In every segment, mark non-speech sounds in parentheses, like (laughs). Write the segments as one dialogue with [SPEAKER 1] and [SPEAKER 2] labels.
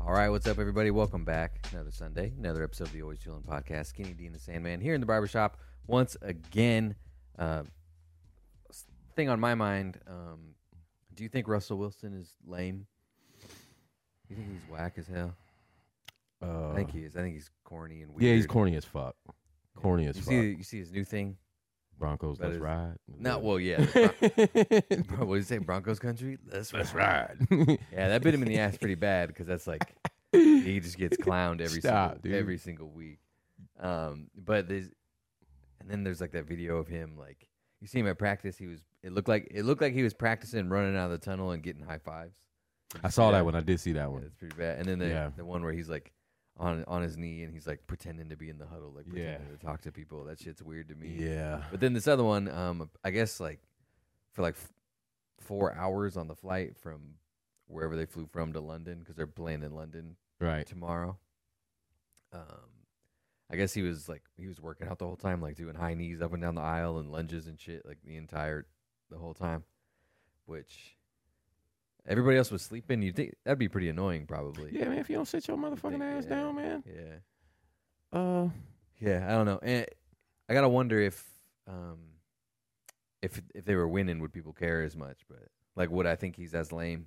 [SPEAKER 1] All right, what's up, everybody? Welcome back. Another Sunday, another episode of the Always Chilling Podcast. Skinny D and the Sandman here in the barbershop once again. Uh, s- thing on my mind: um, Do you think Russell Wilson is lame? You think he's whack as hell?
[SPEAKER 2] Uh,
[SPEAKER 1] I think he is. I think he's corny and weird.
[SPEAKER 2] Yeah, he's corny as fuck. Corny as
[SPEAKER 1] You
[SPEAKER 2] fuck.
[SPEAKER 1] see, you see his new thing?
[SPEAKER 2] Broncos,
[SPEAKER 1] that
[SPEAKER 2] let's
[SPEAKER 1] is-
[SPEAKER 2] ride.
[SPEAKER 1] Not well,
[SPEAKER 2] (laughs)
[SPEAKER 1] yeah. Bro, what do you say, Broncos country? (laughs) Let's
[SPEAKER 2] let's
[SPEAKER 1] ride.
[SPEAKER 2] ride.
[SPEAKER 1] Yeah, that bit him in the ass pretty bad because that's like he just gets clowned every
[SPEAKER 2] Stop,
[SPEAKER 1] single
[SPEAKER 2] dude.
[SPEAKER 1] every single week. Um, but there's and then there's like that video of him like you see him at practice. He was it looked like it looked like he was practicing running out of the tunnel and getting high fives.
[SPEAKER 2] (laughs) I saw
[SPEAKER 1] Yeah.
[SPEAKER 2] that one. I did see that
[SPEAKER 1] Yeah,
[SPEAKER 2] one.
[SPEAKER 1] that's pretty bad. And then the
[SPEAKER 2] Yeah.
[SPEAKER 1] the one where he's like on on his knee and he's like pretending to be in the huddle, like
[SPEAKER 2] Yeah.
[SPEAKER 1] pretending to talk to people. That shit's weird to me.
[SPEAKER 2] Yeah.
[SPEAKER 1] But then this other one, um, I guess like for like f- four hours on the flight from wherever they flew from to London because they're playing in London (laughs)
[SPEAKER 2] Right.
[SPEAKER 1] tomorrow. Um, I guess he was like he was working out the whole time, like doing high knees up and down the aisle and lunges and shit, like the entire the whole time. Which everybody else was sleeping. You think that'd be pretty annoying, probably.
[SPEAKER 2] Yeah, man. If you don't sit your
[SPEAKER 1] You'd think,
[SPEAKER 2] motherfucking ass
[SPEAKER 1] yeah,
[SPEAKER 2] down, man.
[SPEAKER 1] Yeah.
[SPEAKER 2] Uh,
[SPEAKER 1] Yeah, I don't know. And I gotta wonder if um if if they were winning, would people care as much? But like, would I think he's as lame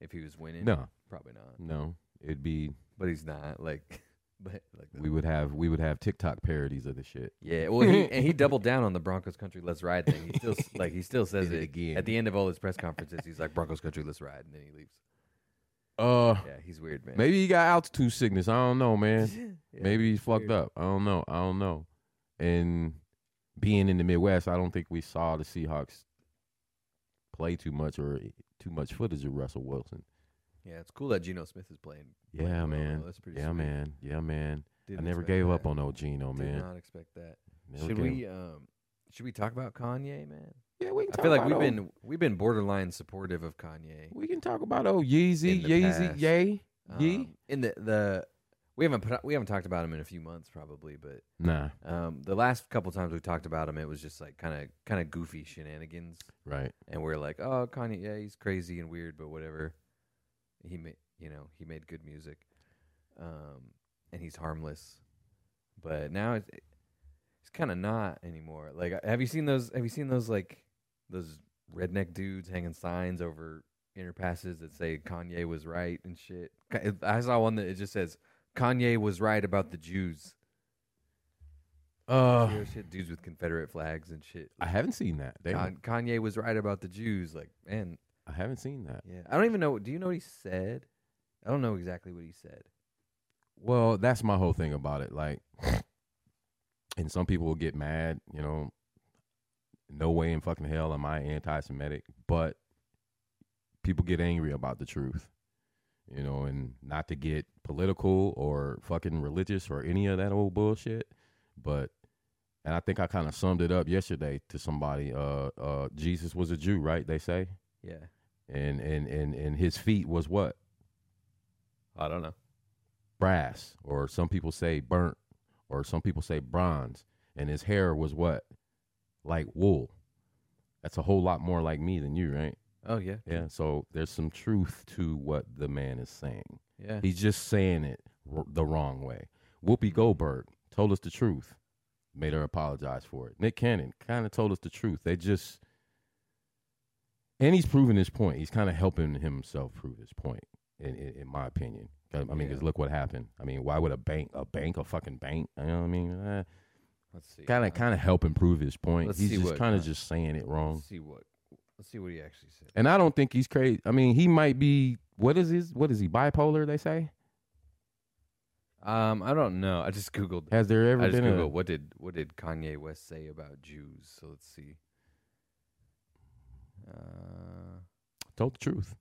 [SPEAKER 1] if he was winning?
[SPEAKER 2] no,
[SPEAKER 1] probably not.
[SPEAKER 2] no. It'd be
[SPEAKER 1] But he's not. Like, (laughs) but like the-
[SPEAKER 2] we would have we would have TikTok parodies of the shit.
[SPEAKER 1] yeah. Well, he and he doubled down on the Broncos country let's ride thing. He still s- like he still says
[SPEAKER 2] Did it
[SPEAKER 1] it,
[SPEAKER 2] again.
[SPEAKER 1] at the end of all his press conferences. He's like Broncos country let's ride, and then he leaves.
[SPEAKER 2] Uh,
[SPEAKER 1] Yeah, he's weird, man. (laughs)
[SPEAKER 2] maybe he got altitude sickness. I don't know, man.
[SPEAKER 1] Yeah.
[SPEAKER 2] Maybe he's fucked
[SPEAKER 1] Weird.
[SPEAKER 2] up. I don't know. I don't know. And being in the Midwest, I don't think we saw the Seahawks play too much or too much footage of Russell Wilson.
[SPEAKER 1] Yeah, it's cool that Geno Smith is playing. playing
[SPEAKER 2] Yeah,
[SPEAKER 1] well,
[SPEAKER 2] man.
[SPEAKER 1] though. That's pretty.
[SPEAKER 2] Yeah,
[SPEAKER 1] sweet.
[SPEAKER 2] man. Yeah, man.
[SPEAKER 1] Didn't
[SPEAKER 2] I never
[SPEAKER 1] expect
[SPEAKER 2] gave
[SPEAKER 1] that.
[SPEAKER 2] up on old Gino,
[SPEAKER 1] Did
[SPEAKER 2] man.
[SPEAKER 1] not expect that.
[SPEAKER 2] Never
[SPEAKER 1] Should
[SPEAKER 2] gave
[SPEAKER 1] we
[SPEAKER 2] up.
[SPEAKER 1] um should we talk about Kanye, man?
[SPEAKER 2] Yeah, we can
[SPEAKER 1] I
[SPEAKER 2] talk
[SPEAKER 1] feel like we've
[SPEAKER 2] about
[SPEAKER 1] been
[SPEAKER 2] old-
[SPEAKER 1] we've been borderline supportive of Kanye.
[SPEAKER 2] we can talk about old Yeezy,
[SPEAKER 1] in the
[SPEAKER 2] Yeezy,
[SPEAKER 1] past.
[SPEAKER 2] Yay, Yee.
[SPEAKER 1] Um, in the the we haven't put, we haven't talked about him in a few months probably, but
[SPEAKER 2] Nah,
[SPEAKER 1] um the last couple times we talked about him it was just like kind of kind of goofy shenanigans
[SPEAKER 2] right.
[SPEAKER 1] and we're like, "Oh, Kanye, yeah, he's crazy and weird, but whatever. He made, you know, he made good music. Um and he's harmless." But now it's it's kind of not anymore. Like uh, have you seen those have you seen those like those redneck dudes hanging signs over interpasses that say Kanye was right and shit? Ki- I saw one that it just says Kanye was right about the Jews.
[SPEAKER 2] Uh,
[SPEAKER 1] You know, shit, dudes with Confederate flags and shit.
[SPEAKER 2] I haven't seen that. Damn,
[SPEAKER 1] Con- Kanye was right about the Jews. Like, man,
[SPEAKER 2] I haven't seen that.
[SPEAKER 1] Yeah, I don't even know. Do you know what he said? I don't know exactly what he said.
[SPEAKER 2] Well, that's my whole thing about it. Like, and some people will get mad, you know. No way in fucking hell am I anti-Semitic, but people get angry about the truth, you know, and not to get political or fucking religious or any of that old bullshit. But, and I think I kind of summed it up yesterday to somebody. Uh, uh, Jesus was a Jew, right? They say,
[SPEAKER 1] Yeah,
[SPEAKER 2] and and and and his feet was what
[SPEAKER 1] I don't know.
[SPEAKER 2] brass, or some people say burnt, or some people say bronze, and his hair was what? Like wool. That's a whole lot more like me than you, right?
[SPEAKER 1] Oh yeah,
[SPEAKER 2] Yeah. So there's some truth to what the man is saying.
[SPEAKER 1] yeah.
[SPEAKER 2] He's just saying it r- the wrong way. Whoopi Goldberg told us the truth, made her apologize for it. Nick Cannon kind of told us the truth. They just, and he's proving his point. He's kind of helping himself prove his point, in in, in my opinion. 'Cause, I mean, because
[SPEAKER 1] Yeah.
[SPEAKER 2] look what happened. I mean, why would a bank, a bank, a fucking bank? You know what I mean? Uh,
[SPEAKER 1] Let's see.
[SPEAKER 2] kind of, kind of helping prove his point.
[SPEAKER 1] Let's
[SPEAKER 2] he's
[SPEAKER 1] see
[SPEAKER 2] just
[SPEAKER 1] what,
[SPEAKER 2] kind
[SPEAKER 1] uh,
[SPEAKER 2] of just saying it wrong.
[SPEAKER 1] Let's see what. Let's see what he actually said.
[SPEAKER 2] And I don't think he's crazy. I mean, he might be. What is his? What is he? Bipolar? They say.
[SPEAKER 1] Um, I don't know. I just googled.
[SPEAKER 2] Has there ever
[SPEAKER 1] I just
[SPEAKER 2] been a?
[SPEAKER 1] googled what did what did Kanye West say about Jews. So let's see. Uh,
[SPEAKER 2] Told the truth.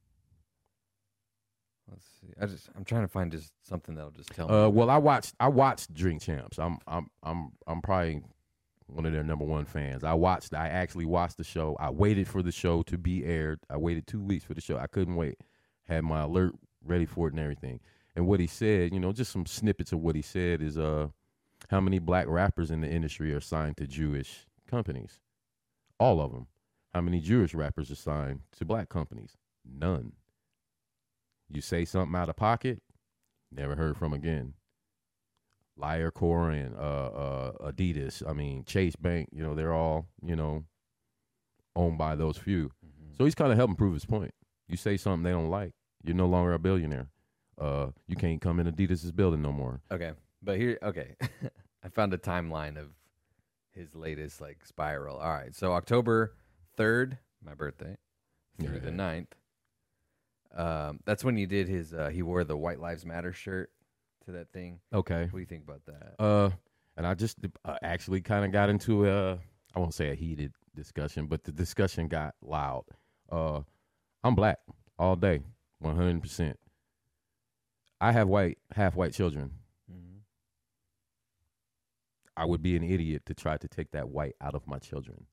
[SPEAKER 1] let's see. I just I'm trying to find just something that'll just tell me.
[SPEAKER 2] Uh, well, I watched I watched Drink Champs. I'm I'm I'm I'm probably one of their number one fans. I watched. I actually watched the show. I waited for the show to be aired. I waited two weeks for the show. I couldn't wait. Had my alert ready for it and everything. And what he said, you know, just some snippets of what he said is, uh, how many black rappers in the industry are signed to Jewish companies? All of them. How many Jewish rappers are signed to black companies? None. You say something out of pocket, Never heard from again. Liar Corin, uh, uh, Adidas, I mean Chase Bank, you know, they're all, you know, owned by those few. So he's kind of helping prove his point. You say something they don't like, you're no longer a billionaire. Uh, you can't come in Adidas's building no more.
[SPEAKER 1] Okay, but here, okay, (laughs) I found a timeline of his latest like spiral. All right, so October third, my birthday, through the
[SPEAKER 2] Yeah.
[SPEAKER 1] 9th. Um, that's when you did his. Uh, he wore the White Lives Matter shirt to that thing.
[SPEAKER 2] Okay.
[SPEAKER 1] What do you think about that?
[SPEAKER 2] Uh, and I just uh, actually kind of got into a, I won't say a heated discussion, but the discussion got loud. Uh, I'm black all day, 100%. I have white, half white children.
[SPEAKER 1] Mm-hmm.
[SPEAKER 2] I would be an idiot to try to take that white out of my children.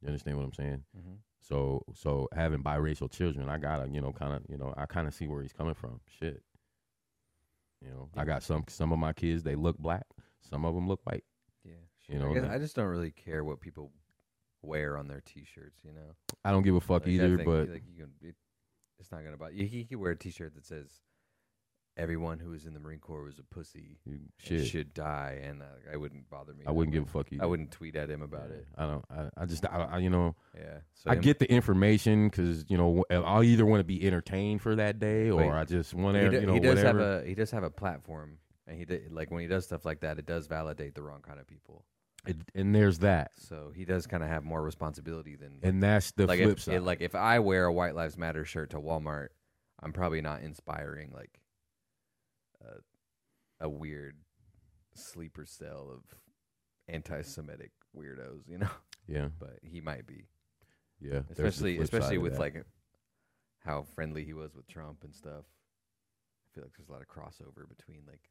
[SPEAKER 2] You understand what I'm saying?
[SPEAKER 1] Mm-hmm.
[SPEAKER 2] So, so having biracial children, I gotta, you know, kind of, you know, I kind of see where he's coming from. Shit, you know, I got some, some of my kids, they look black, some of them look white.
[SPEAKER 1] Yeah, sure.
[SPEAKER 2] You know,
[SPEAKER 1] I, guess
[SPEAKER 2] that-
[SPEAKER 1] I just don't really care what people wear on their T-shirts. You know,
[SPEAKER 2] I don't give a
[SPEAKER 1] Like,
[SPEAKER 2] fuck
[SPEAKER 1] that
[SPEAKER 2] either,
[SPEAKER 1] thing,
[SPEAKER 2] but
[SPEAKER 1] like you can, it, it's not gonna bother you. He could wear a T-shirt that says, "Everyone who was in the Marine Corps was a pussy."
[SPEAKER 2] you,
[SPEAKER 1] and
[SPEAKER 2] shit,
[SPEAKER 1] should die, and uh, I wouldn't bother me.
[SPEAKER 2] I wouldn't give a fuck either.
[SPEAKER 1] I wouldn't tweet at him about
[SPEAKER 2] Yeah.
[SPEAKER 1] it.
[SPEAKER 2] I don't. I, I just. I, I- you know.
[SPEAKER 1] Yeah, so
[SPEAKER 2] I
[SPEAKER 1] him-
[SPEAKER 2] get the information because you know I'll either want to be entertained for that day or
[SPEAKER 1] Wait.
[SPEAKER 2] I just want
[SPEAKER 1] He,
[SPEAKER 2] to.
[SPEAKER 1] do-
[SPEAKER 2] You know,
[SPEAKER 1] he does
[SPEAKER 2] whatever.
[SPEAKER 1] have a he does have a platform, and he did, like when he does stuff like that, it does validate the wrong kind of people.
[SPEAKER 2] It- and there's that,
[SPEAKER 1] So he does kind of have more responsibility than
[SPEAKER 2] and that's the
[SPEAKER 1] like
[SPEAKER 2] flip
[SPEAKER 1] if,
[SPEAKER 2] side.
[SPEAKER 1] it- like if I wear a White Lives Matter shirt to Walmart, I'm probably not inspiring like a, a weird sleeper cell of anti-Semitic weirdos, you know. (laughs)
[SPEAKER 2] yeah,
[SPEAKER 1] But he might be.
[SPEAKER 2] yeah. there's
[SPEAKER 1] especially
[SPEAKER 2] the flip side
[SPEAKER 1] especially
[SPEAKER 2] of
[SPEAKER 1] with
[SPEAKER 2] that.
[SPEAKER 1] like how friendly he was with Trump and stuff. I feel like there's a lot of crossover between like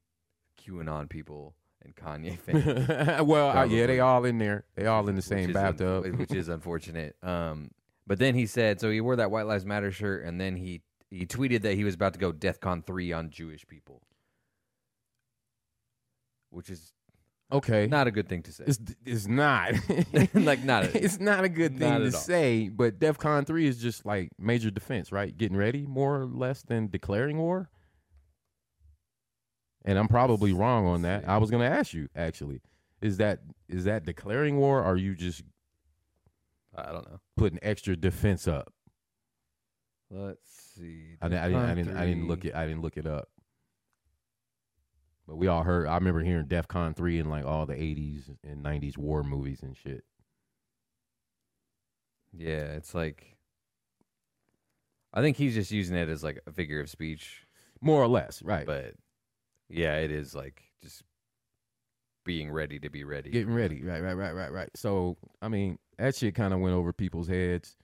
[SPEAKER 1] QAnon people and
[SPEAKER 2] (laughs)
[SPEAKER 1] Kanye fans.
[SPEAKER 2] well, I, yeah,
[SPEAKER 1] Probably.
[SPEAKER 2] they all in there. They all in the same
[SPEAKER 1] which is un-
[SPEAKER 2] bathtub.
[SPEAKER 1] which is unfortunate. Um, but then he said, so he wore that White Lives Matter shirt, and then he he tweeted that he was about to go DEFCON three on Jewish people, which is
[SPEAKER 2] (laughs) okay,
[SPEAKER 1] not a good thing to say.
[SPEAKER 2] it's it's not
[SPEAKER 1] (laughs) Like,
[SPEAKER 2] (laughs)
[SPEAKER 1] not a-
[SPEAKER 2] it's not a good
[SPEAKER 1] not
[SPEAKER 2] thing to
[SPEAKER 1] at all.
[SPEAKER 2] say. But DefCon three is just like major defense, right? Getting ready, more or less than declaring war. And I'm probably wrong on that.
[SPEAKER 1] see.
[SPEAKER 2] I was going to ask you actually. Is that is that declaring war? Or are you just
[SPEAKER 1] I don't know.
[SPEAKER 2] putting extra defense up?
[SPEAKER 1] Let's see.
[SPEAKER 2] I, didn't- I didn't. I
[SPEAKER 1] DEFCON
[SPEAKER 2] didn't. I didn't look
[SPEAKER 1] three.
[SPEAKER 2] it. I didn't look it up. But we all heard. I remember hearing DefCon three in like all the '80s and '90s war movies and shit.
[SPEAKER 1] Yeah, it's like I think he's just using it as like a figure of speech,
[SPEAKER 2] More or less, right?
[SPEAKER 1] but yeah, it is like just being ready to be ready.
[SPEAKER 2] Getting ready, right, right, right, right, right. So I mean, that shit kind of went over people's heads.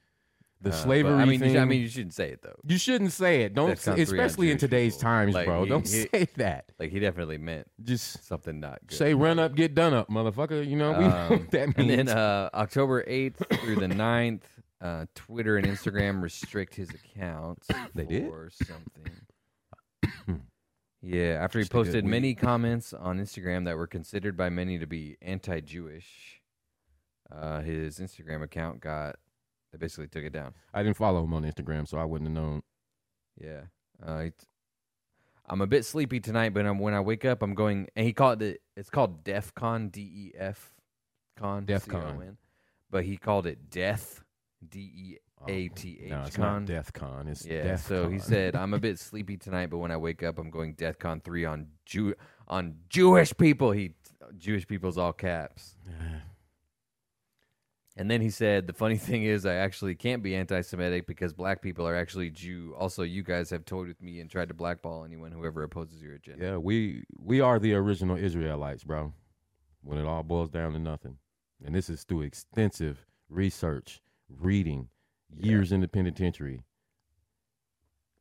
[SPEAKER 2] The
[SPEAKER 1] Uh, but,
[SPEAKER 2] slavery
[SPEAKER 1] I mean, you
[SPEAKER 2] thing.
[SPEAKER 1] sh- I mean, you shouldn't say it though.
[SPEAKER 2] you shouldn't say it. Don't,
[SPEAKER 1] That's
[SPEAKER 2] say,
[SPEAKER 1] not three on
[SPEAKER 2] especially in
[SPEAKER 1] Jewish
[SPEAKER 2] today's
[SPEAKER 1] people.
[SPEAKER 2] times,
[SPEAKER 1] Like,
[SPEAKER 2] bro.
[SPEAKER 1] he-
[SPEAKER 2] don't
[SPEAKER 1] he-
[SPEAKER 2] say that.
[SPEAKER 1] Like he definitely meant
[SPEAKER 2] Just
[SPEAKER 1] something not good.
[SPEAKER 2] say "run up, get done up," motherfucker. You know, we know
[SPEAKER 1] Um,
[SPEAKER 2] what that means.
[SPEAKER 1] and then
[SPEAKER 2] (laughs)
[SPEAKER 1] uh, October eighth through the 9th, uh, Twitter and Instagram restrict his accounts
[SPEAKER 2] They did?
[SPEAKER 1] for something.
[SPEAKER 2] (coughs)
[SPEAKER 1] yeah, after he
[SPEAKER 2] Just a good
[SPEAKER 1] posted
[SPEAKER 2] week.
[SPEAKER 1] many comments on Instagram that were considered by many to be anti-Jewish, uh, his Instagram account got they basically took it down.
[SPEAKER 2] I didn't follow him on Instagram, so I wouldn't have known.
[SPEAKER 1] Yeah. Uh, he t- I'm a bit sleepy tonight, but I'm, when I wake up, I'm going. And he called it. It's called DefCon. D E F Con.
[SPEAKER 2] DEF
[SPEAKER 1] C-O-N.
[SPEAKER 2] Con.
[SPEAKER 1] But he called it Death. D
[SPEAKER 2] Oh,
[SPEAKER 1] E A T
[SPEAKER 2] No,
[SPEAKER 1] H
[SPEAKER 2] it's not
[SPEAKER 1] Con.
[SPEAKER 2] Death Con. It's
[SPEAKER 1] Yeah.
[SPEAKER 2] Death
[SPEAKER 1] so he
[SPEAKER 2] Con.
[SPEAKER 1] said, I'm a bit sleepy tonight, but when I wake up, I'm going Death Con three on Jew on Jewish people. He Jewish people's all caps. And then he said, "The funny thing is, I actually can't be anti-Semitic because black people are actually Jew. Also, you guys have toyed with me and tried to blackball anyone whoever opposes your agenda."
[SPEAKER 2] "Yeah, we we are the original Israelites, bro. When it all boils down to nothing, and this is through extensive research, reading, years in the penitentiary.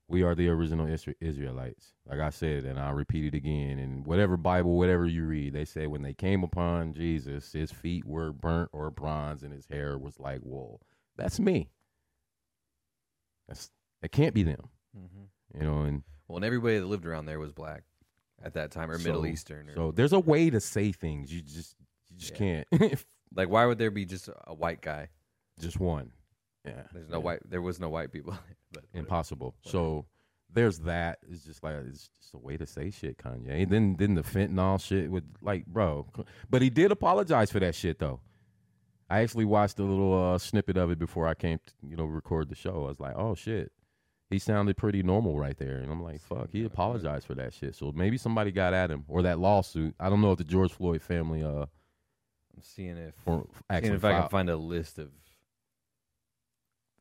[SPEAKER 2] We are the original Isra- Israelites, like I said, and I'll repeat it again. And whatever Bible, whatever you read, they say when they came upon Jesus, his feet were burnt or bronze, and his hair was like wool. That's me. That's that can't be them,
[SPEAKER 1] Mm-hmm.
[SPEAKER 2] you know. And
[SPEAKER 1] Well, and everybody that lived around there was black at that time, or Middle
[SPEAKER 2] So-
[SPEAKER 1] Eastern. Or,
[SPEAKER 2] So there's a way to say things. You just you just can't. (laughs)
[SPEAKER 1] like, why would there be just a white guy?
[SPEAKER 2] just one. Yeah.
[SPEAKER 1] (laughs) There's no white. There was no white people. but whatever.
[SPEAKER 2] Impossible. So there's that. It's just like it's just a way to say shit, Kanye. And then then the fentanyl shit with like, bro. But he did apologize for that shit though. I actually watched a little uh, snippet of it before I came, to, you know, record the show. I was like, oh shit, he sounded pretty normal right there, and I'm like, fuck, he apologized for that shit. So maybe somebody got at him or that lawsuit. I don't know if the George Floyd family uh
[SPEAKER 1] I'm seeing if
[SPEAKER 2] or
[SPEAKER 1] seeing
[SPEAKER 2] actually
[SPEAKER 1] if I can
[SPEAKER 2] filed-
[SPEAKER 1] find a list of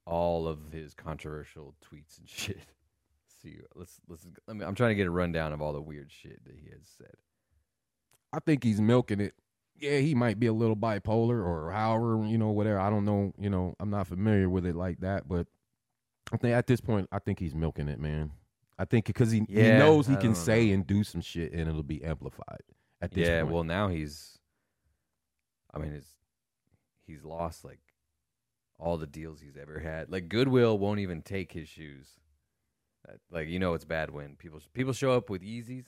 [SPEAKER 1] all of his controversial tweets and (laughs) shit. See, let's let's. I mean, I'm trying to get a rundown of all the weird shit that he has said.
[SPEAKER 2] I think he's milking it. Yeah, he might be a little bipolar or however, you know, whatever. I don't know, you know, I'm not familiar with it like that, but I think at this point, I think he's milking it, man. I think because he, he
[SPEAKER 1] Yeah,
[SPEAKER 2] knows he
[SPEAKER 1] I
[SPEAKER 2] can
[SPEAKER 1] don't
[SPEAKER 2] say and do some shit and it'll be amplified at this
[SPEAKER 1] yeah,
[SPEAKER 2] point.
[SPEAKER 1] well now he's. I mean, it's he's lost like all the deals he's ever had. Like Goodwill won't even take his shoes. That- Like you know, it's bad when people people show up with Yeezys,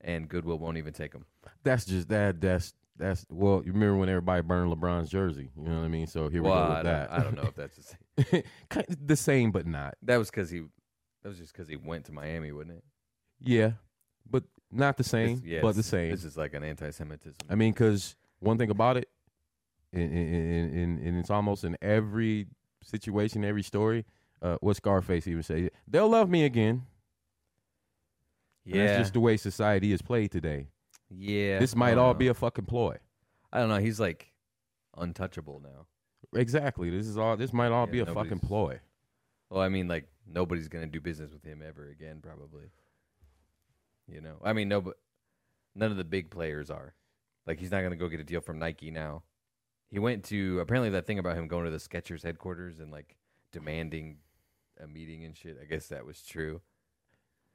[SPEAKER 1] and Goodwill won't even take them.
[SPEAKER 2] that's just that. That's that's well, you remember when everybody burned LeBron's jersey? You know what I mean? So here
[SPEAKER 1] well,
[SPEAKER 2] we go with
[SPEAKER 1] I,
[SPEAKER 2] that.
[SPEAKER 1] Don't, I don't
[SPEAKER 2] (laughs)
[SPEAKER 1] know if that's the same.
[SPEAKER 2] Kind of the same, but not.
[SPEAKER 1] That was because he. That was just because he went to Miami, wasn't it?
[SPEAKER 2] Yeah, but not the
[SPEAKER 1] This-
[SPEAKER 2] same.
[SPEAKER 1] yeah,
[SPEAKER 2] but
[SPEAKER 1] this-
[SPEAKER 2] the same.
[SPEAKER 1] This is like an anti-Semitism.
[SPEAKER 2] I mean, because one thing about it, and, and, and, and it's almost in every situation, every story, uh, what Scarface even say, they'll love me again. And
[SPEAKER 1] yeah,
[SPEAKER 2] That's just the way society is played today.
[SPEAKER 1] yeah.
[SPEAKER 2] This
[SPEAKER 1] I
[SPEAKER 2] might
[SPEAKER 1] don't
[SPEAKER 2] all
[SPEAKER 1] know.
[SPEAKER 2] be a fucking ploy.
[SPEAKER 1] I don't know. He's like untouchable now.
[SPEAKER 2] Exactly. This is all. This might all
[SPEAKER 1] Yeah,
[SPEAKER 2] be a
[SPEAKER 1] nobody's-
[SPEAKER 2] fucking ploy.
[SPEAKER 1] Well, I mean, like nobody's gonna do business with him ever again, probably. You know, I mean, no, but none of the big players are. Like, he's not gonna go get a deal from Nike now. He went to apparently that thing about him going to the Skechers headquarters and like demanding a meeting and shit. I guess that was true,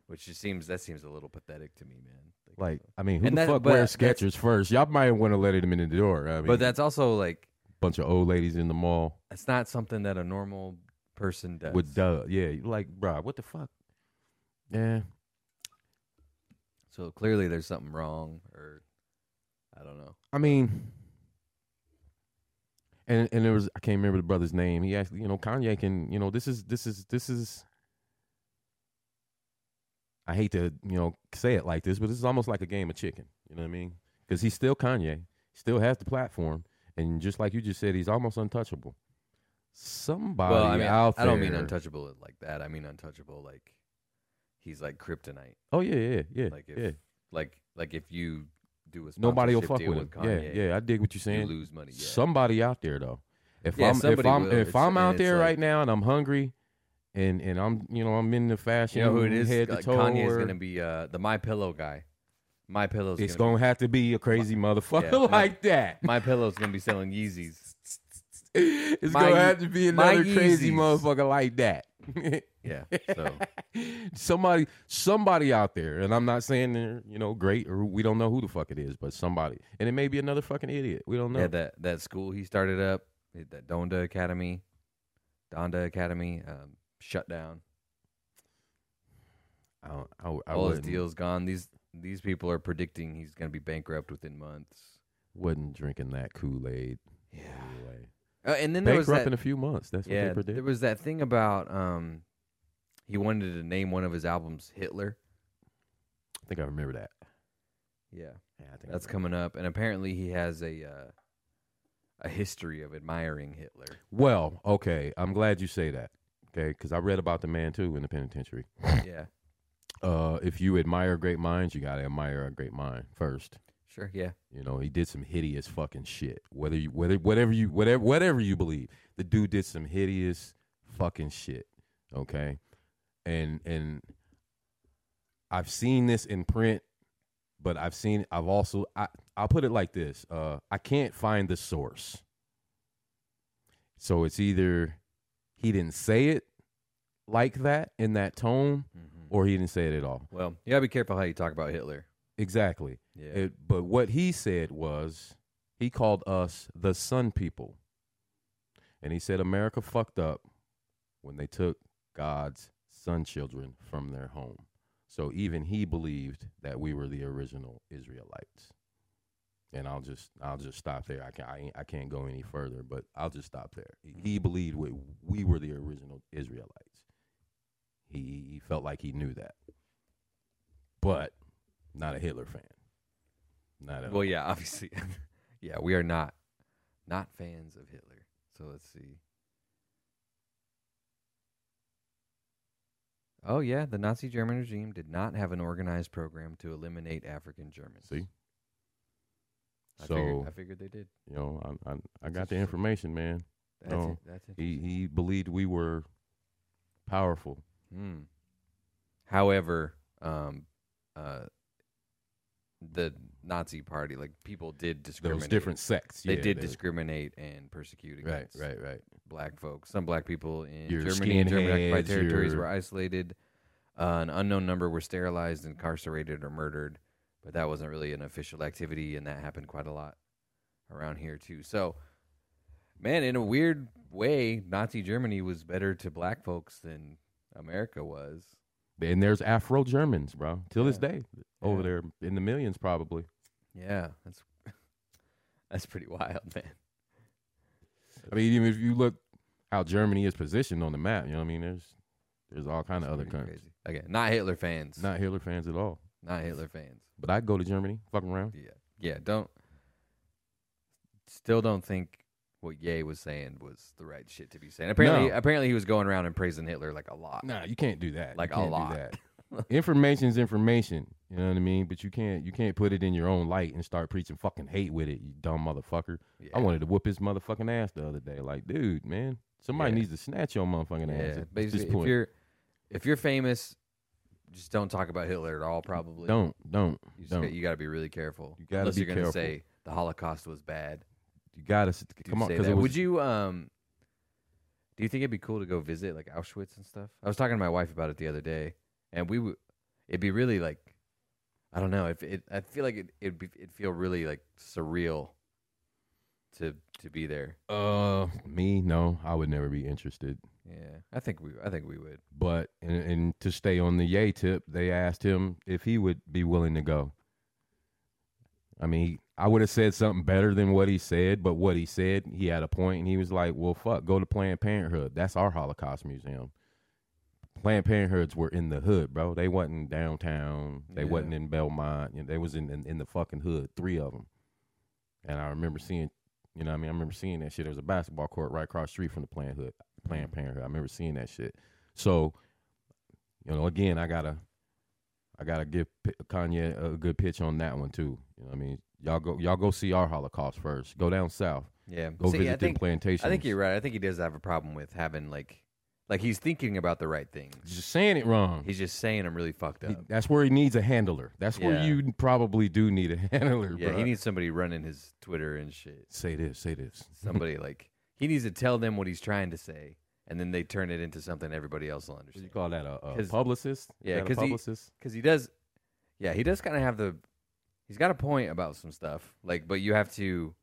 [SPEAKER 1] which just seems that seems a little pathetic to me, man.
[SPEAKER 2] Like, I mean, who
[SPEAKER 1] And
[SPEAKER 2] the
[SPEAKER 1] that-
[SPEAKER 2] fuck
[SPEAKER 1] but
[SPEAKER 2] wears
[SPEAKER 1] that's-
[SPEAKER 2] Skechers first? Y'all might want to let him in the door. I mean,
[SPEAKER 1] but that's also like
[SPEAKER 2] bunch of old ladies in the mall
[SPEAKER 1] it's not something that a normal person does.
[SPEAKER 2] with duh. Yeah, you like, bro, what the fuck? Yeah,
[SPEAKER 1] so clearly, there's something wrong, or I don't know.
[SPEAKER 2] I mean, and and there was I can't remember the brother's name. He actually, you know, Kanye can, you know, this is this is this is. I hate to you know say it like this, but this is almost like a game of chicken. You know what I mean? Because he's still Kanye, still has the platform, and just like you just said, he's almost untouchable. Somebody
[SPEAKER 1] Well, I mean,
[SPEAKER 2] out
[SPEAKER 1] I don't mean
[SPEAKER 2] there-
[SPEAKER 1] untouchable like that. I mean untouchable like he's like kryptonite.
[SPEAKER 2] Oh yeah, yeah, yeah,
[SPEAKER 1] Like if
[SPEAKER 2] yeah.
[SPEAKER 1] like like if you do a
[SPEAKER 2] Nobody will
[SPEAKER 1] sponsorship
[SPEAKER 2] fuck
[SPEAKER 1] deal
[SPEAKER 2] with him.
[SPEAKER 1] Kanye,
[SPEAKER 2] yeah, yeah. I dig what you're
[SPEAKER 1] you
[SPEAKER 2] saying.
[SPEAKER 1] lose money. Yeah.
[SPEAKER 2] somebody out there though. If
[SPEAKER 1] Yeah,
[SPEAKER 2] I'm if
[SPEAKER 1] somebody
[SPEAKER 2] I'm
[SPEAKER 1] will.
[SPEAKER 2] if
[SPEAKER 1] It's- and
[SPEAKER 2] I'm out
[SPEAKER 1] it's
[SPEAKER 2] there
[SPEAKER 1] like-
[SPEAKER 2] right now and I'm hungry, and and I'm you know I'm in the fashion
[SPEAKER 1] you know who it is?
[SPEAKER 2] head
[SPEAKER 1] Uh,
[SPEAKER 2] to toe.
[SPEAKER 1] Kanye is
[SPEAKER 2] or-
[SPEAKER 1] gonna be uh, the My Pillow guy. My Pillow's
[SPEAKER 2] it's
[SPEAKER 1] gonna,
[SPEAKER 2] gonna have to be a crazy motherfucker
[SPEAKER 1] no.
[SPEAKER 2] like that.
[SPEAKER 1] be, My Pillow's gonna be selling Yeezys.
[SPEAKER 2] (laughs) It's
[SPEAKER 1] My
[SPEAKER 2] gonna
[SPEAKER 1] Ye-
[SPEAKER 2] have to be
[SPEAKER 1] my
[SPEAKER 2] another crazy
[SPEAKER 1] Yeezys.
[SPEAKER 2] motherfucker like that.
[SPEAKER 1] Yeah.
[SPEAKER 2] (laughs)
[SPEAKER 1] So
[SPEAKER 2] somebody, somebody out there, and I'm not saying they're you know great or we don't know who the fuck it is, but somebody, and it may be another fucking idiot. We don't know.
[SPEAKER 1] yeah, that that school he started up, eh, that Donda Academy, Donda Academy, um, shut down.
[SPEAKER 2] I don't. I, I
[SPEAKER 1] All his
[SPEAKER 2] wouldn't,
[SPEAKER 1] deals gone. These these people are predicting he's gonna be bankrupt within months.
[SPEAKER 2] wasn't drinking that Kool Aid.
[SPEAKER 1] Yeah.
[SPEAKER 2] Anyway.
[SPEAKER 1] Uh, and then there was
[SPEAKER 2] bankrupt
[SPEAKER 1] that,
[SPEAKER 2] in a few months. That's what
[SPEAKER 1] yeah,
[SPEAKER 2] they predict.
[SPEAKER 1] there was that thing about um, he wanted to name one of his albums Hitler.
[SPEAKER 2] I think I remember that.
[SPEAKER 1] Yeah,
[SPEAKER 2] Yeah, I think
[SPEAKER 1] that's
[SPEAKER 2] I
[SPEAKER 1] coming up, and apparently he has a uh, a history of admiring (coughs) Hitler.
[SPEAKER 2] well. Okay, I'm glad you say that. Okay, because I read about the man too in the penitentiary.
[SPEAKER 1] yeah,
[SPEAKER 2] Uh, if you admire great minds, you gotta admire a great mind first.
[SPEAKER 1] sure, yeah,
[SPEAKER 2] You know, he did some hideous fucking shit. Whether you, whether, whatever you, whatever, whatever you believe, the dude did some hideous fucking shit. Okay, and and I've seen this in print, but I've seen, I've also, I, I'll put it like this: uh, I can't find the source. So it's either he didn't say it like that in that tone,
[SPEAKER 1] Mhm.
[SPEAKER 2] or he didn't say it at all.
[SPEAKER 1] Well, you gotta be careful how you talk about Hitler.
[SPEAKER 2] Exactly.
[SPEAKER 1] Yeah,
[SPEAKER 2] It, but what he said was, he called us the Sun People. And he said America fucked up when they took God's son children from their home. So even he believed that we were the original Israelites. And I'll just I'll just stop there. I can I, ain't- I can't go any further,
[SPEAKER 1] Mm-hmm.
[SPEAKER 2] but I'll just stop there. He believed we, we were the original Israelites. He he felt like he knew that, but not a Hitler fan. Not at all.
[SPEAKER 1] Well, yeah, obviously, (laughs) yeah, we are not not fans of Hitler. So let's see. Oh yeah, the Nazi German regime did not have an organized program to eliminate African Germans.
[SPEAKER 2] See?
[SPEAKER 1] I
[SPEAKER 2] So
[SPEAKER 1] figured, I figured they did.
[SPEAKER 2] you know, I I, I got the information, man.
[SPEAKER 1] That's
[SPEAKER 2] No.
[SPEAKER 1] it. That's it.
[SPEAKER 2] He he believed we were powerful.
[SPEAKER 1] Hmm. However, um, uh, the Nazi Party, like people did discriminate.
[SPEAKER 2] Those different sects.
[SPEAKER 1] They
[SPEAKER 2] yeah,
[SPEAKER 1] did
[SPEAKER 2] were-
[SPEAKER 1] discriminate and persecute
[SPEAKER 2] Right,
[SPEAKER 1] against
[SPEAKER 2] right, right.
[SPEAKER 1] black folks. Some black people in
[SPEAKER 2] Your
[SPEAKER 1] Germany and German occupied
[SPEAKER 2] skinheads,
[SPEAKER 1] territories
[SPEAKER 2] your-
[SPEAKER 1] were isolated. Uh, an unknown number were sterilized, incarcerated, or murdered. But that wasn't really an official activity, and that happened quite a lot around here too. So, man, in a weird way, Nazi Germany was better to black folks than America was.
[SPEAKER 2] And there's Afro Germans, bro. Till this
[SPEAKER 1] Yeah.
[SPEAKER 2] day,
[SPEAKER 1] Yeah.
[SPEAKER 2] over there in the millions, probably.
[SPEAKER 1] Yeah, that's (laughs) that's pretty wild, man.
[SPEAKER 2] I mean, even if you look how Germany is positioned on the map, you know what I mean. There's there's all kind
[SPEAKER 1] It's
[SPEAKER 2] of other
[SPEAKER 1] pretty
[SPEAKER 2] countries.
[SPEAKER 1] crazy. Again, not Hitler fans.
[SPEAKER 2] Not Hitler fans at all.
[SPEAKER 1] not Hitler fans.
[SPEAKER 2] But I'd go to Germany, fuck around.
[SPEAKER 1] Yeah. Yeah. Don't. Still don't think what Ye was saying was the right shit to be saying. Apparently,
[SPEAKER 2] No.
[SPEAKER 1] apparently he was going around and praising Hitler like a lot.
[SPEAKER 2] Nah, you can't do that.
[SPEAKER 1] Like
[SPEAKER 2] you
[SPEAKER 1] a
[SPEAKER 2] can't
[SPEAKER 1] lot. (laughs)
[SPEAKER 2] Do that. Information's information. You know what I mean? But you can't you can't put it in your own light and start preaching fucking hate with it, you dumb motherfucker.
[SPEAKER 1] Yeah.
[SPEAKER 2] I wanted to whoop his motherfucking ass the other day. Like, dude, man, somebody
[SPEAKER 1] Yeah.
[SPEAKER 2] needs to snatch your motherfucking ass.
[SPEAKER 1] Yeah.
[SPEAKER 2] at
[SPEAKER 1] Basically,
[SPEAKER 2] this
[SPEAKER 1] if
[SPEAKER 2] point.
[SPEAKER 1] you're if you're famous, just don't talk about Hitler at all. Probably
[SPEAKER 2] Don't, don't,
[SPEAKER 1] You, just
[SPEAKER 2] don't.
[SPEAKER 1] Got, you got to be really careful.
[SPEAKER 2] You gotta
[SPEAKER 1] unless
[SPEAKER 2] be
[SPEAKER 1] you're gonna
[SPEAKER 2] careful.
[SPEAKER 1] say the Holocaust was bad.
[SPEAKER 2] you gotta s-
[SPEAKER 1] Do
[SPEAKER 2] come on.
[SPEAKER 1] say
[SPEAKER 2] Because
[SPEAKER 1] that.
[SPEAKER 2] it was,
[SPEAKER 1] Would you um? Do you think it'd be cool to go visit like Auschwitz and stuff? I was talking to my wife about it the other day, and we would. It'd be really like, I don't know. If it, I feel like it, it'd be, it'd feel really like surreal. To to be there,
[SPEAKER 2] Uh, me? No, I would never be interested.
[SPEAKER 1] yeah. I think we, I think we would.
[SPEAKER 2] But and, and to stay on the yay tip, they asked him if he would be willing to go. I mean, I would have said something better than what he said, but what he said, he had a point, and he was like, "Well, fuck, go to Planned Parenthood. That's our Holocaust museum. Planned Parenthoods were in the hood, bro. They wasn't downtown. They
[SPEAKER 1] Yeah.
[SPEAKER 2] wasn't in Belmont. You know, they was in, in in the fucking hood. Three of them. And I remember seeing, you know, what I mean, I remember seeing that shit. There was a basketball court right across the street from the Planned Hood,
[SPEAKER 1] Mm-hmm.
[SPEAKER 2] Planned Parenthood. I remember seeing that shit. So, you know, again, I gotta, I gotta give P- Kanye a good pitch on that one too. You know, what I mean, y'all go, y'all go see our Holocaust first. Go down south.
[SPEAKER 1] Yeah,
[SPEAKER 2] Go
[SPEAKER 1] See,
[SPEAKER 2] visit
[SPEAKER 1] I
[SPEAKER 2] them
[SPEAKER 1] think,
[SPEAKER 2] plantations.
[SPEAKER 1] I think you're right. I think he does have a problem with having like, like he's thinking about the right thing.
[SPEAKER 2] just saying it wrong.
[SPEAKER 1] He's just saying I'm really fucked
[SPEAKER 2] He-
[SPEAKER 1] up.
[SPEAKER 2] that's where he needs a handler. That's where
[SPEAKER 1] uh, Yeah.
[SPEAKER 2] you probably do need a (laughs) handler.
[SPEAKER 1] yeah,
[SPEAKER 2] bruh.
[SPEAKER 1] he needs somebody running his Twitter and shit.
[SPEAKER 2] say this, say this.
[SPEAKER 1] somebody like he needs to tell them what he's trying to say, and then they turn it into something everybody else will
[SPEAKER 2] What do you
[SPEAKER 1] understand.
[SPEAKER 2] call that? A, a
[SPEAKER 1] 'Cause-
[SPEAKER 2] publicist? Is
[SPEAKER 1] yeah,
[SPEAKER 2] that a
[SPEAKER 1] 'cause he-
[SPEAKER 2] publicist.
[SPEAKER 1] Because he does, yeah, he does kind of have the, he's got a point about some stuff. Like, but you have to,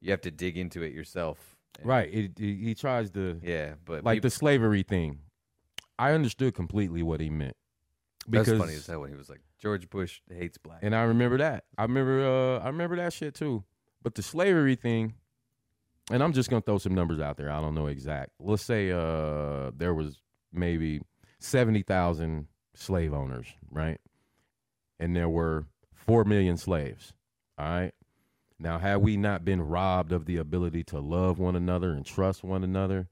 [SPEAKER 1] you have to dig into it yourself. And-
[SPEAKER 2] right. It, it- he tries to
[SPEAKER 1] Yeah, but
[SPEAKER 2] like
[SPEAKER 1] people,
[SPEAKER 2] the slavery thing. I understood completely what he meant.
[SPEAKER 1] that's
[SPEAKER 2] Because
[SPEAKER 1] funny as hell when he was like George Bush hates black.
[SPEAKER 2] and I remember that. I remember uh I remember that shit too. But the slavery thing, and I'm just gonna throw some numbers out there. I don't know exact. Let's say uh there was maybe seventy thousand slave owners, right? And there were four million slaves. All right. Now had we not been robbed of the ability to love one another and trust one another,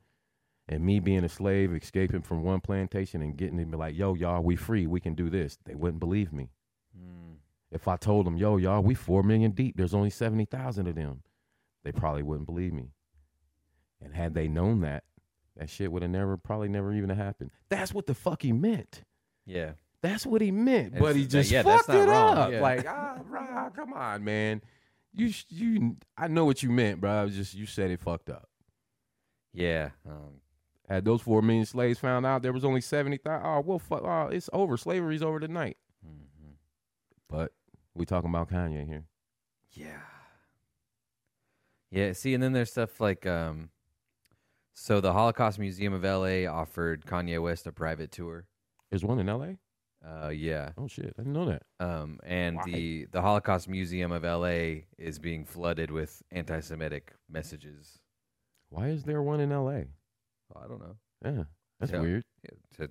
[SPEAKER 2] and me being a slave, escaping from one plantation and getting to be like, yo, y'all, we free, we can do this, they wouldn't believe me.
[SPEAKER 1] Mm,
[SPEAKER 2] If I told them, yo, y'all, we four million deep, there's only 70,000 of them, they probably wouldn't believe me. And had they known that, that shit would have never, probably never even happened. That's what the fuck he meant.
[SPEAKER 1] yeah,
[SPEAKER 2] That's what he meant,
[SPEAKER 1] And
[SPEAKER 2] but he
[SPEAKER 1] it's-
[SPEAKER 2] just
[SPEAKER 1] yeah, that's
[SPEAKER 2] fucked
[SPEAKER 1] not
[SPEAKER 2] it
[SPEAKER 1] wrong,
[SPEAKER 2] up.
[SPEAKER 1] yeah.
[SPEAKER 2] Like, ah, rah, come on, man. You, sh- you, I know what you meant, bro. I was just you said it fucked up.
[SPEAKER 1] yeah. Um,
[SPEAKER 2] Had those four million slaves found out there was only seventy thousand, oh well, fuck, oh, it's over. Slavery's over tonight.
[SPEAKER 1] mhm.
[SPEAKER 2] But we talking about Kanye here.
[SPEAKER 1] Yeah. Yeah, see, and then there's stuff like um so the Holocaust Museum of LA offered Kanye West a private tour.
[SPEAKER 2] There's one in L.A.
[SPEAKER 1] Uh yeah.
[SPEAKER 2] Oh shit, I didn't know that.
[SPEAKER 1] Um and
[SPEAKER 2] Why?
[SPEAKER 1] the the Holocaust Museum of LA is being flooded with anti Semitic messages.
[SPEAKER 2] Why is there one in LA?
[SPEAKER 1] I don't know.
[SPEAKER 2] Yeah, that's
[SPEAKER 1] Yeah.
[SPEAKER 2] weird.
[SPEAKER 1] Yeah, to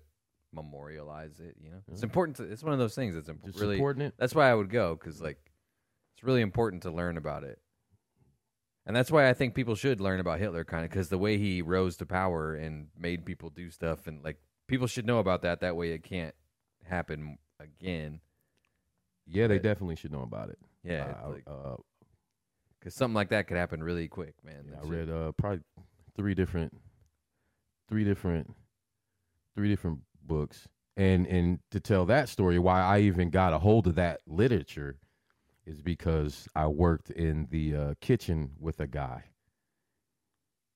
[SPEAKER 1] memorialize it. You know, it's
[SPEAKER 2] Yeah.
[SPEAKER 1] important. To, it's one of those things. It's imp-
[SPEAKER 2] Just
[SPEAKER 1] really
[SPEAKER 2] supporting it.
[SPEAKER 1] that's why I would go because like it's really important to learn about it, and that's why I think people should learn about Hitler kind of because the way he rose to power and made people do stuff and like people should know about that. That way it can't happen again.
[SPEAKER 2] Yeah, they
[SPEAKER 1] Right.
[SPEAKER 2] definitely should know about it.
[SPEAKER 1] Yeah,
[SPEAKER 2] Uh, I-
[SPEAKER 1] because
[SPEAKER 2] uh,
[SPEAKER 1] something like that could happen really quick, man.
[SPEAKER 2] Yeah,
[SPEAKER 1] That
[SPEAKER 2] I
[SPEAKER 1] shit-
[SPEAKER 2] read uh probably three different three different three different books. And and to tell that story why I even got a hold of that literature is because I worked in the uh, kitchen with a guy.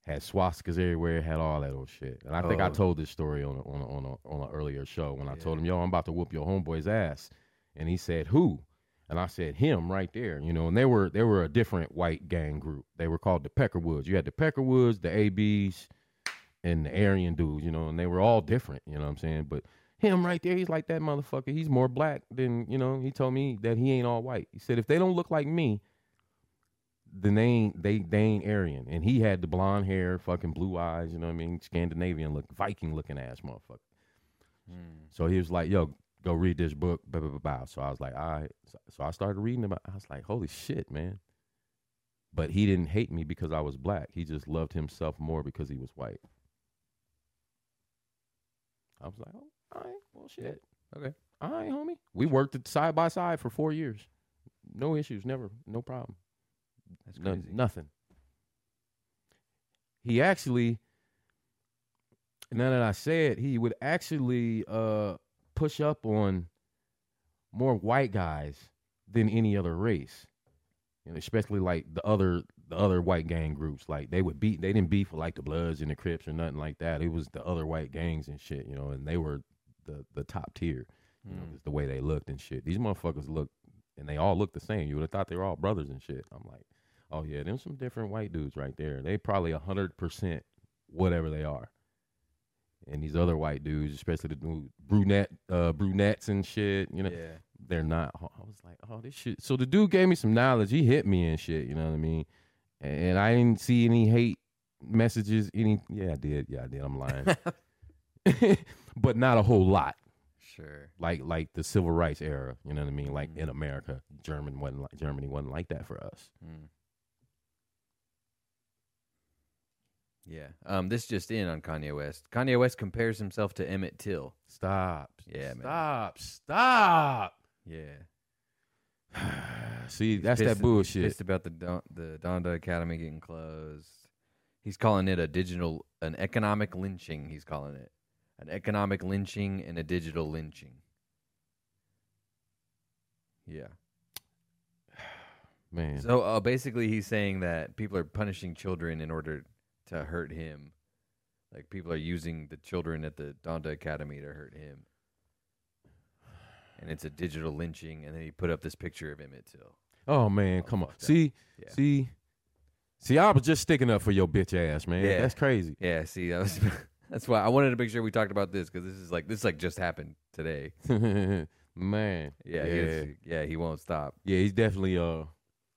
[SPEAKER 2] Had swastikas everywhere, had all that old shit. And I think I
[SPEAKER 1] Oh.
[SPEAKER 2] told this story on a, on a, on a, on an earlier show when I
[SPEAKER 1] Yeah.
[SPEAKER 2] told him, "Yo, I'm about to whoop your homeboy's ass." And he said, "Who?" And I said, him right there, you know, and they were they were a different white gang group. They were called the Peckerwoods. You had the Peckerwoods, the ABs, and the Aryan dudes, you know, and they were all different, you know what I'm saying? But him right there, he's like that motherfucker. He's more black than, you know, he told me that he ain't all white. He said, if they don't look like me, then they ain't they they ain't Aryan. And he had the blonde hair, fucking blue eyes, you know what I mean? Scandinavian look, Viking looking ass motherfucker.
[SPEAKER 1] Mm.
[SPEAKER 2] So he was like, "Yo, go read this book." Blah, blah, blah, blah. So I was like, "All right." So, so I started reading about. I was like, "Holy shit, man!" But he didn't hate me because I was black. He just loved himself more because he was white. I was like, "Oh, all right, well, shit,
[SPEAKER 1] Okay.
[SPEAKER 2] all right, homie." We worked it side by side for four years, no issues, never, no problem.
[SPEAKER 1] That's
[SPEAKER 2] No-
[SPEAKER 1] crazy.
[SPEAKER 2] nothing. He actually, now that I say it, he would actually uh, push up on more white guys than any other race, and especially like the other the other white gang groups. Like they would beat, they didn't beef with like the Bloods and the Crips or nothing like that. It was the other white gangs and shit, you know, and they were the the top tier you know,
[SPEAKER 1] Mm.
[SPEAKER 2] 'cause the way they looked and shit. These motherfuckers look, and they all look the same. You would have thought they were all brothers and shit. I'm like, oh yeah, them some different white dudes right there. They probably hundred percent whatever they are. And these other white dudes, especially the dude, brunette, uh, brunettes and shit, you know,
[SPEAKER 1] yeah.
[SPEAKER 2] they're not. I was like, oh, this shit. So the dude gave me some knowledge. He hit me and shit. You know what I mean? And I didn't see any hate messages. Any? Yeah, I did. Yeah, I did.
[SPEAKER 1] (laughs)
[SPEAKER 2] I'm lying, (laughs) but not a whole lot
[SPEAKER 1] Sure.
[SPEAKER 2] like like the civil rights era. You know what I mean? Like
[SPEAKER 1] Mhm.
[SPEAKER 2] in America, German wasn't like, Germany wasn't like that for us.
[SPEAKER 1] Mm. Yeah. Um. This just in on Kanye West. Kanye West compares himself to Emmett Till.
[SPEAKER 2] Stop.
[SPEAKER 1] Yeah, man.
[SPEAKER 2] Stop. Stop.
[SPEAKER 1] Yeah.
[SPEAKER 2] Ah, See,
[SPEAKER 1] He's
[SPEAKER 2] that's
[SPEAKER 1] pissed-
[SPEAKER 2] that
[SPEAKER 1] he's
[SPEAKER 2] bullshit.
[SPEAKER 1] Pissed about the Don, the Donda Academy getting closed. He's calling it a digital, an economic lynching. He's calling it an economic lynching and a digital lynching. Yeah.
[SPEAKER 2] Man.
[SPEAKER 1] So uh, basically, he's saying that people are punishing children in order to hurt him. Like people are using the children at the Donda Academy to hurt him. And it's a digital lynching. And then he put up this picture of Emmett Till.
[SPEAKER 2] oh man, come on.
[SPEAKER 1] fuck that.
[SPEAKER 2] See,
[SPEAKER 1] Yeah.
[SPEAKER 2] see, see. I was just sticking up for your bitch ass, man.
[SPEAKER 1] Yeah.
[SPEAKER 2] That's crazy. (laughs)
[SPEAKER 1] Yeah, see, that was, (laughs) that's why I wanted to make sure we talked about this because this is like this like just happened today.
[SPEAKER 2] man. Yeah.
[SPEAKER 1] Yeah, he
[SPEAKER 2] Yeah.
[SPEAKER 1] is- yeah, he won't stop.
[SPEAKER 2] He's definitely uh.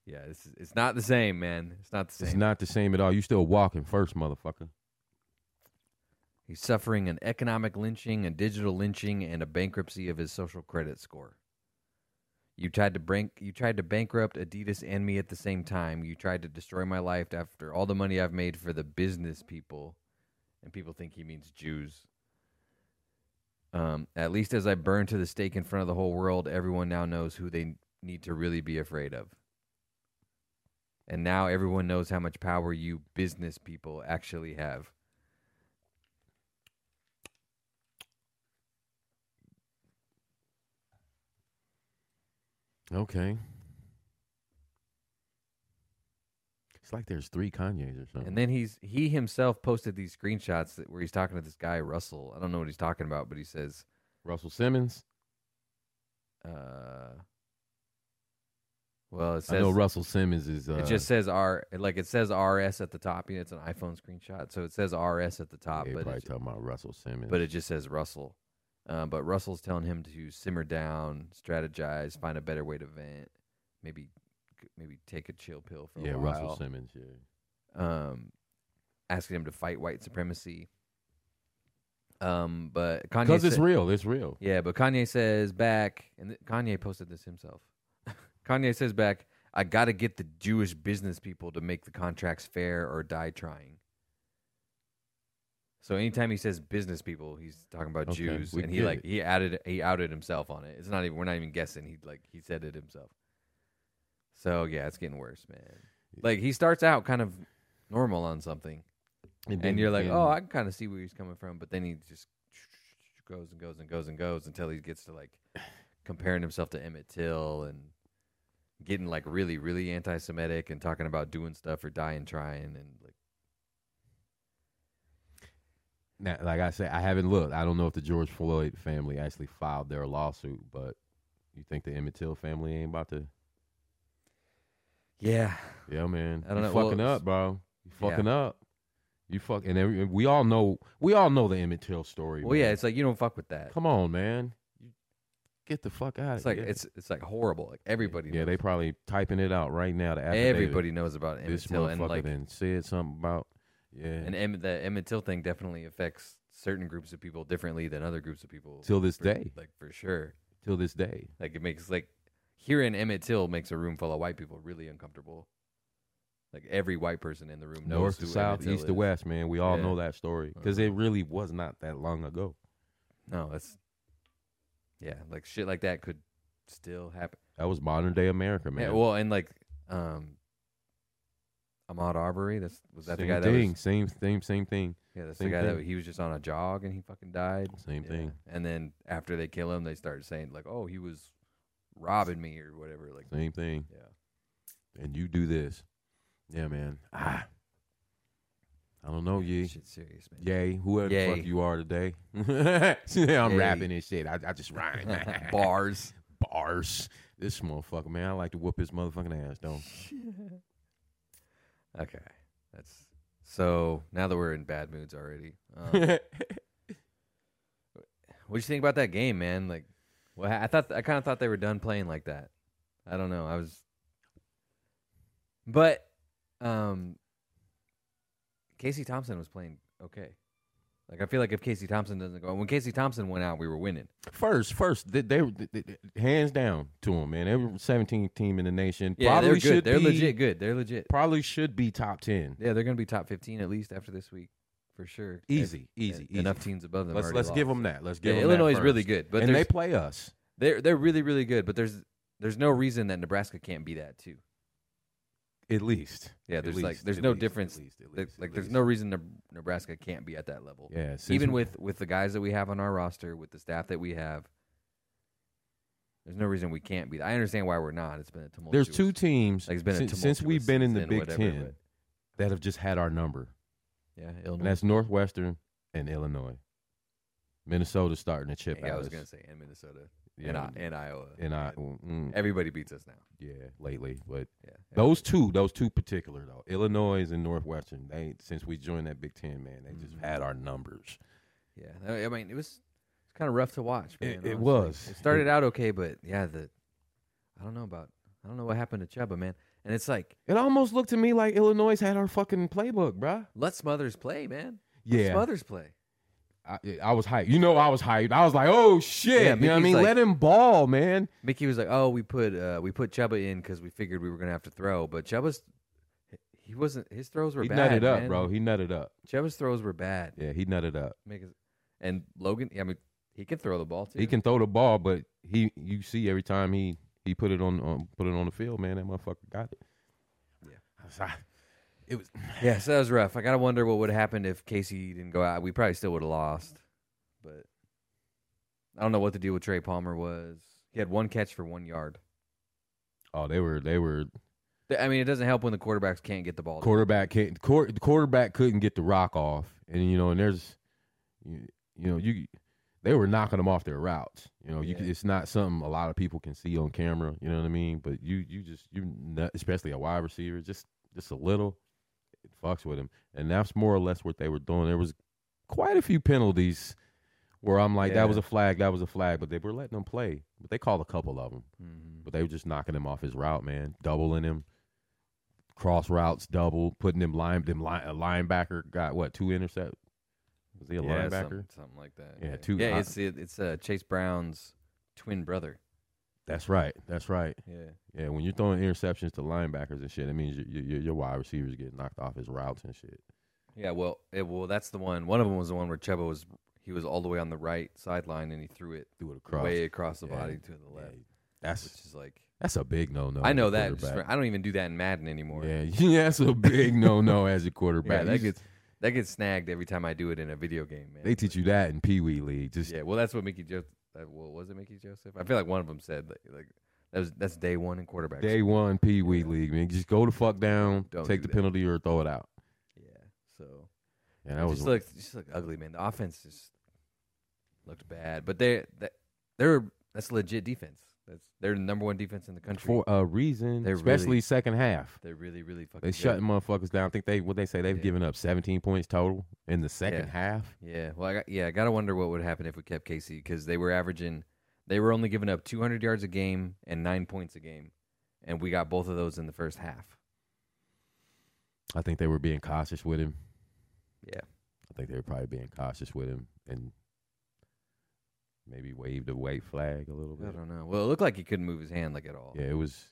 [SPEAKER 1] Yeah, this is, it's not the same, man. It's not the same.
[SPEAKER 2] It's not the same at all. You still walking first, motherfucker.
[SPEAKER 1] He's suffering an economic lynching, a digital lynching, and a bankruptcy of his social credit score. You tried to bank, you tried to bankrupt Adidas and me at the same time. You tried to destroy my life after all the money I've made for the business people, and people think he means Jews. Um, at least as I burn to the stake in front of the whole world, everyone now knows who they need to really be afraid of. And now everyone knows how much power you business people actually have.
[SPEAKER 2] Okay. It's like there's three Kanyes or something.
[SPEAKER 1] And then he's he himself posted these screenshots that, where he's talking to this guy Russell. I don't know what he's talking about, but he says,
[SPEAKER 2] Russell Simmons.
[SPEAKER 1] uh, "Well, it
[SPEAKER 2] I
[SPEAKER 1] says
[SPEAKER 2] know Russell Simmons is. Uh,
[SPEAKER 1] it just says R like it says RS at the top. You know, it's an iPhone screenshot, so it says RS at the top,
[SPEAKER 2] yeah,
[SPEAKER 1] but
[SPEAKER 2] probably
[SPEAKER 1] it,
[SPEAKER 2] talking about Russell Simmons.
[SPEAKER 1] but it just says Russell. Um, but Russell's telling him to simmer down, strategize, find a better way to vent, maybe maybe take a chill pill for
[SPEAKER 2] yeah,
[SPEAKER 1] a while.
[SPEAKER 2] Russell Simmons. Yeah,
[SPEAKER 1] um, asking him to fight white supremacy. Um, but Kanye
[SPEAKER 2] because it's
[SPEAKER 1] sa-
[SPEAKER 2] real. It's real.
[SPEAKER 1] yeah, but Kanye says back, and th- Kanye posted this himself. (laughs) Kanye says back, I got to get the Jewish business people to make the contracts fair or die trying. So anytime he says business people, he's talking about
[SPEAKER 2] Okay,
[SPEAKER 1] Jews,
[SPEAKER 2] we
[SPEAKER 1] and he
[SPEAKER 2] get
[SPEAKER 1] like
[SPEAKER 2] it.
[SPEAKER 1] he added he outed himself on it. It's not even we're not even guessing. He like he said it himself. So yeah, it's getting worse, man. Like he starts out kind of normal on something,
[SPEAKER 2] then-
[SPEAKER 1] and you're like,
[SPEAKER 2] then-
[SPEAKER 1] oh, I can kind of see where he's coming from, but then he just goes and goes and goes and goes until he gets to like comparing himself to Emmett Till and getting like really, really anti-Semitic and talking about doing stuff or dying trying and like
[SPEAKER 2] (laughs) Now, like I say, I haven't looked. I don't know if the George Floyd family actually filed their lawsuit, but you think the Emmett Till family ain't about to?
[SPEAKER 1] yeah,
[SPEAKER 2] Yeah, man.
[SPEAKER 1] I don't
[SPEAKER 2] you
[SPEAKER 1] know. Well,
[SPEAKER 2] Fucking
[SPEAKER 1] it's-
[SPEAKER 2] up, bro. You
[SPEAKER 1] Yeah.
[SPEAKER 2] fucking up. You fuck, and every, we all know. We all know the Emmett Till story.
[SPEAKER 1] well,
[SPEAKER 2] man.
[SPEAKER 1] yeah, it's like you don't fuck with that.
[SPEAKER 2] Come on, man. You get the fuck out.
[SPEAKER 1] It's like
[SPEAKER 2] yeah.
[SPEAKER 1] it's it's like horrible. Like everybody,
[SPEAKER 2] Yeah, they
[SPEAKER 1] knows.
[SPEAKER 2] probably typing it out right now. To
[SPEAKER 1] everybody knows about Emmett
[SPEAKER 2] This
[SPEAKER 1] Till and
[SPEAKER 2] motherfucker
[SPEAKER 1] like
[SPEAKER 2] done said something about. Yeah.
[SPEAKER 1] and Emmett the Emmett Till thing definitely affects certain groups of people differently than other groups of people
[SPEAKER 2] till this
[SPEAKER 1] for-
[SPEAKER 2] day.
[SPEAKER 1] like for sure.
[SPEAKER 2] Till this day.
[SPEAKER 1] Like it makes like hearing Emmett Till makes a room full of white people really uncomfortable. Like every white person in the room knows
[SPEAKER 2] North
[SPEAKER 1] who
[SPEAKER 2] to south,
[SPEAKER 1] Emmett Till
[SPEAKER 2] east to
[SPEAKER 1] is.
[SPEAKER 2] west, man. We all
[SPEAKER 1] Yeah. Uh-huh.
[SPEAKER 2] know that story because it really was not that long ago.
[SPEAKER 1] No, that's yeah, like shit like that could still happen.
[SPEAKER 2] That was modern day America, man.
[SPEAKER 1] Yeah, well, and like um, Ahmad Arbery, that's was that
[SPEAKER 2] same
[SPEAKER 1] the guy that
[SPEAKER 2] thing,
[SPEAKER 1] was
[SPEAKER 2] same same same thing,
[SPEAKER 1] yeah, that's
[SPEAKER 2] same
[SPEAKER 1] the guy that
[SPEAKER 2] thing.
[SPEAKER 1] he was just on a jog and he fucking died.
[SPEAKER 2] same
[SPEAKER 1] Yeah.
[SPEAKER 2] thing,
[SPEAKER 1] And then after they kill him, they start saying like, "Oh, he was robbing me or whatever." Like,
[SPEAKER 2] same thing.
[SPEAKER 1] yeah.
[SPEAKER 2] And you do this, yeah, man. Ah, Oh, I don't know, ye,
[SPEAKER 1] Shit's serious, man.
[SPEAKER 2] yay, whoever the
[SPEAKER 1] Yay.
[SPEAKER 2] fuck you are today. (laughs) See, I'm
[SPEAKER 1] Yay.
[SPEAKER 2] rapping and shit. I, I
[SPEAKER 1] (laughs)
[SPEAKER 2] just rhyme
[SPEAKER 1] Bars.
[SPEAKER 2] bars. This motherfucker, man. I like to whoop his motherfucking ass, though.
[SPEAKER 1] Okay. That's so now that we're in bad moods
[SPEAKER 2] (laughs)
[SPEAKER 1] already. Um, what do you think about that game, man? Like well, I thought I kind of thought they were done playing like that. I don't know. I was But um Casey Thompson was playing okay. Like I feel like if Casey Thompson doesn't go when Casey Thompson went out, we were winning.
[SPEAKER 2] First, first, they, they, they- they- hands down to them, man. They were 17th team in the nation.
[SPEAKER 1] Yeah, they're
[SPEAKER 2] should
[SPEAKER 1] good. They're
[SPEAKER 2] be-
[SPEAKER 1] legit good. They're legit.
[SPEAKER 2] Probably should be top ten.
[SPEAKER 1] Yeah, they're going to be top 15 at least after this week for sure.
[SPEAKER 2] Easy,
[SPEAKER 1] If-
[SPEAKER 2] easy, easy.
[SPEAKER 1] Enough teams above them.
[SPEAKER 2] Let's
[SPEAKER 1] already
[SPEAKER 2] let's give
[SPEAKER 1] lost.
[SPEAKER 2] them that. Let's
[SPEAKER 1] Yeah,
[SPEAKER 2] give 'em that
[SPEAKER 1] Illinois is really
[SPEAKER 2] first.
[SPEAKER 1] good, but
[SPEAKER 2] and they
[SPEAKER 1] there's-
[SPEAKER 2] play us.
[SPEAKER 1] They're they're really really good, but there's there's no reason that Nebraska can't be that too.
[SPEAKER 2] At least.
[SPEAKER 1] Yeah,
[SPEAKER 2] At
[SPEAKER 1] there's like
[SPEAKER 2] least,
[SPEAKER 1] there's
[SPEAKER 2] at
[SPEAKER 1] no
[SPEAKER 2] least, at
[SPEAKER 1] difference.
[SPEAKER 2] least, at
[SPEAKER 1] There-
[SPEAKER 2] least,
[SPEAKER 1] like
[SPEAKER 2] at
[SPEAKER 1] there's
[SPEAKER 2] least.
[SPEAKER 1] no reason Neb- Nebraska can't be at that level.
[SPEAKER 2] Yeah, since
[SPEAKER 1] Even
[SPEAKER 2] we-
[SPEAKER 1] with with the guys that we have on our roster, with the staff that we have, there's no reason we can't be. I understand why we're not. It's been a tumultuous.
[SPEAKER 2] there's two teams
[SPEAKER 1] like, it's been a
[SPEAKER 2] since, since
[SPEAKER 1] tumultuous
[SPEAKER 2] we've been in the
[SPEAKER 1] season,
[SPEAKER 2] Big
[SPEAKER 1] whatever,
[SPEAKER 2] Ten that have just had our number,
[SPEAKER 1] but- yeah,
[SPEAKER 2] and
[SPEAKER 1] Illinois.
[SPEAKER 2] that's Northwestern and Illinois. Minnesota's starting to chip
[SPEAKER 1] Yeah,
[SPEAKER 2] out.
[SPEAKER 1] I was
[SPEAKER 2] us.
[SPEAKER 1] gonna say and Minnesota and,
[SPEAKER 2] yeah,
[SPEAKER 1] I, and Iowa.
[SPEAKER 2] and I, mm,
[SPEAKER 1] Everybody beats us now.
[SPEAKER 2] yeah, lately, but
[SPEAKER 1] Yeah,
[SPEAKER 2] Those two, those two particular though, Illinois and Northwestern. They since we joined that Big Ten, man, they just
[SPEAKER 1] Mhm.
[SPEAKER 2] had our numbers.
[SPEAKER 1] Yeah, I I mean, it was it's kind of rough to watch. Man,
[SPEAKER 2] It- it
[SPEAKER 1] honestly.
[SPEAKER 2] was.
[SPEAKER 1] It started out okay, but yeah, the I don't know about I don't know what happened to Chuba, man. And it's like
[SPEAKER 2] It almost looked to me like Illinois had our fucking playbook, bruh.
[SPEAKER 1] let Smothers play, man. Let
[SPEAKER 2] Yeah,
[SPEAKER 1] Smothers play.
[SPEAKER 2] I, I was hyped. You know, I was hyped. I was like, oh shit,
[SPEAKER 1] Yeah,
[SPEAKER 2] you know what I
[SPEAKER 1] Mickey's
[SPEAKER 2] mean?
[SPEAKER 1] like-
[SPEAKER 2] Let him ball, man.
[SPEAKER 1] Mickey was like, "Oh, we put uh, we put Chuba in because we figured we were gonna have to throw, but Chuba's he wasn't his throws were
[SPEAKER 2] He
[SPEAKER 1] bad,
[SPEAKER 2] nutted up,
[SPEAKER 1] man.
[SPEAKER 2] bro. He nutted up.
[SPEAKER 1] Chuba's throws were bad.
[SPEAKER 2] Yeah, he nutted up.
[SPEAKER 1] Make us- and Logan, I mean, he can throw the ball too.
[SPEAKER 2] He can throw the ball, but he you see every time he he put it on, on put it on the field, man. That motherfucker got it.
[SPEAKER 1] Yeah.
[SPEAKER 2] I was like, (laughs) it was
[SPEAKER 1] Yeah, so that was rough. I gotta wonder what would have happened if Casey didn't go out. We probably still would have lost, but I don't know what the deal with Trey Palmer was. He had one catch for one yard.
[SPEAKER 2] oh they were they were
[SPEAKER 1] Th- I mean, it doesn't help when the quarterbacks can't get the ball.
[SPEAKER 2] quarterback can't quar- the quarterback couldn't get the rock off, and you know, and there's, you, you know, you they were knocking them off their routes. You know, you c
[SPEAKER 1] Yeah.
[SPEAKER 2] it's not something a lot of people can see on camera. You know what I mean? But you you just you nut- especially a wide receiver, just just a little, it fucks with him, and that's more or less what they were doing. There was quite a few penalties where I'm like,
[SPEAKER 1] Yeah.
[SPEAKER 2] that was a flag, that was a flag, but they were letting them play. But they called a couple of them
[SPEAKER 1] Mhm.
[SPEAKER 2] but they were just knocking him off his route, man, doubling him, cross routes, double, putting them line, them line, a linebacker got what two intercept, Was he a
[SPEAKER 1] yeah, some-
[SPEAKER 2] linebacker?
[SPEAKER 1] something like that.
[SPEAKER 2] Yeah, two-
[SPEAKER 1] Yeah,
[SPEAKER 2] I-
[SPEAKER 1] it's it, it's uh, Chase Brown's twin brother.
[SPEAKER 2] That's right. That's right.
[SPEAKER 1] Yeah,
[SPEAKER 2] Yeah, when you're throwing interceptions to linebackers and shit, it means your your, your wide receivers get knocked off his routes and shit.
[SPEAKER 1] yeah. Well, it, well, that's the one. One of them was the one where Chuba was he was all the way on the right sideline and he threw it
[SPEAKER 2] Threw it across.
[SPEAKER 1] way across the
[SPEAKER 2] Yeah,
[SPEAKER 1] body to the left,
[SPEAKER 2] Yeah, that's
[SPEAKER 1] which is like
[SPEAKER 2] that's a big no no.
[SPEAKER 1] I know that. Just for, I don't even do that in Madden anymore.
[SPEAKER 2] Yeah, (laughs) yeah, that's a big no no as a
[SPEAKER 1] Yeah,
[SPEAKER 2] quarterback.
[SPEAKER 1] that
[SPEAKER 2] You
[SPEAKER 1] gets that gets snagged every time I do it in a video game, man.
[SPEAKER 2] They teach you that in Pee Wee League. Just
[SPEAKER 1] Yeah, well, that's what Mickey Joseph. Well, was it Mickey Joseph? I feel like one of them said like, like that was that's day one in quarterbacks.
[SPEAKER 2] day one Pee Wee League, man. Just go the fuck down,
[SPEAKER 1] Don't
[SPEAKER 2] take
[SPEAKER 1] do
[SPEAKER 2] the
[SPEAKER 1] that.
[SPEAKER 2] penalty or throw it out.
[SPEAKER 1] yeah, so
[SPEAKER 2] And that was
[SPEAKER 1] just look just look ugly, man. The offense just looked bad, but they that they're that's legit defense. That's they're the number one defense in the country.
[SPEAKER 2] for a reason,
[SPEAKER 1] They're
[SPEAKER 2] especially
[SPEAKER 1] really-
[SPEAKER 2] second half.
[SPEAKER 1] They're really really fucking.
[SPEAKER 2] They
[SPEAKER 1] good.
[SPEAKER 2] shutting motherfuckers down. I think they what they say they've
[SPEAKER 1] Yeah.
[SPEAKER 2] given up 17 points total in the second
[SPEAKER 1] Yeah.
[SPEAKER 2] half.
[SPEAKER 1] Yeah, well, I got, yeah, I gotta wonder what would happen if we kept Casey because they were averaging, they were only giving up 200 yards a game and nine points a game, and we got both of those in the first half.
[SPEAKER 2] I think they were being cautious with him.
[SPEAKER 1] Yeah.
[SPEAKER 2] I think they were probably being cautious with him and maybe waved a white flag a little
[SPEAKER 1] I
[SPEAKER 2] bit.
[SPEAKER 1] don't know. Well, it looked like he couldn't move his hand like at all.
[SPEAKER 2] Yeah, it was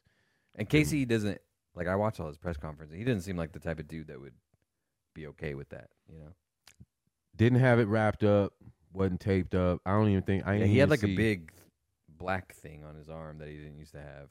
[SPEAKER 1] And Casey doesn't like. I watched all his press conferences. He doesn't seem like the type of dude that would be okay with that. You know.
[SPEAKER 2] didn't have it wrapped up, wasn't taped up. I don't even think I
[SPEAKER 1] Yeah,
[SPEAKER 2] didn't
[SPEAKER 1] he had
[SPEAKER 2] even
[SPEAKER 1] like a
[SPEAKER 2] see-
[SPEAKER 1] big black thing on his arm that he didn't used to have.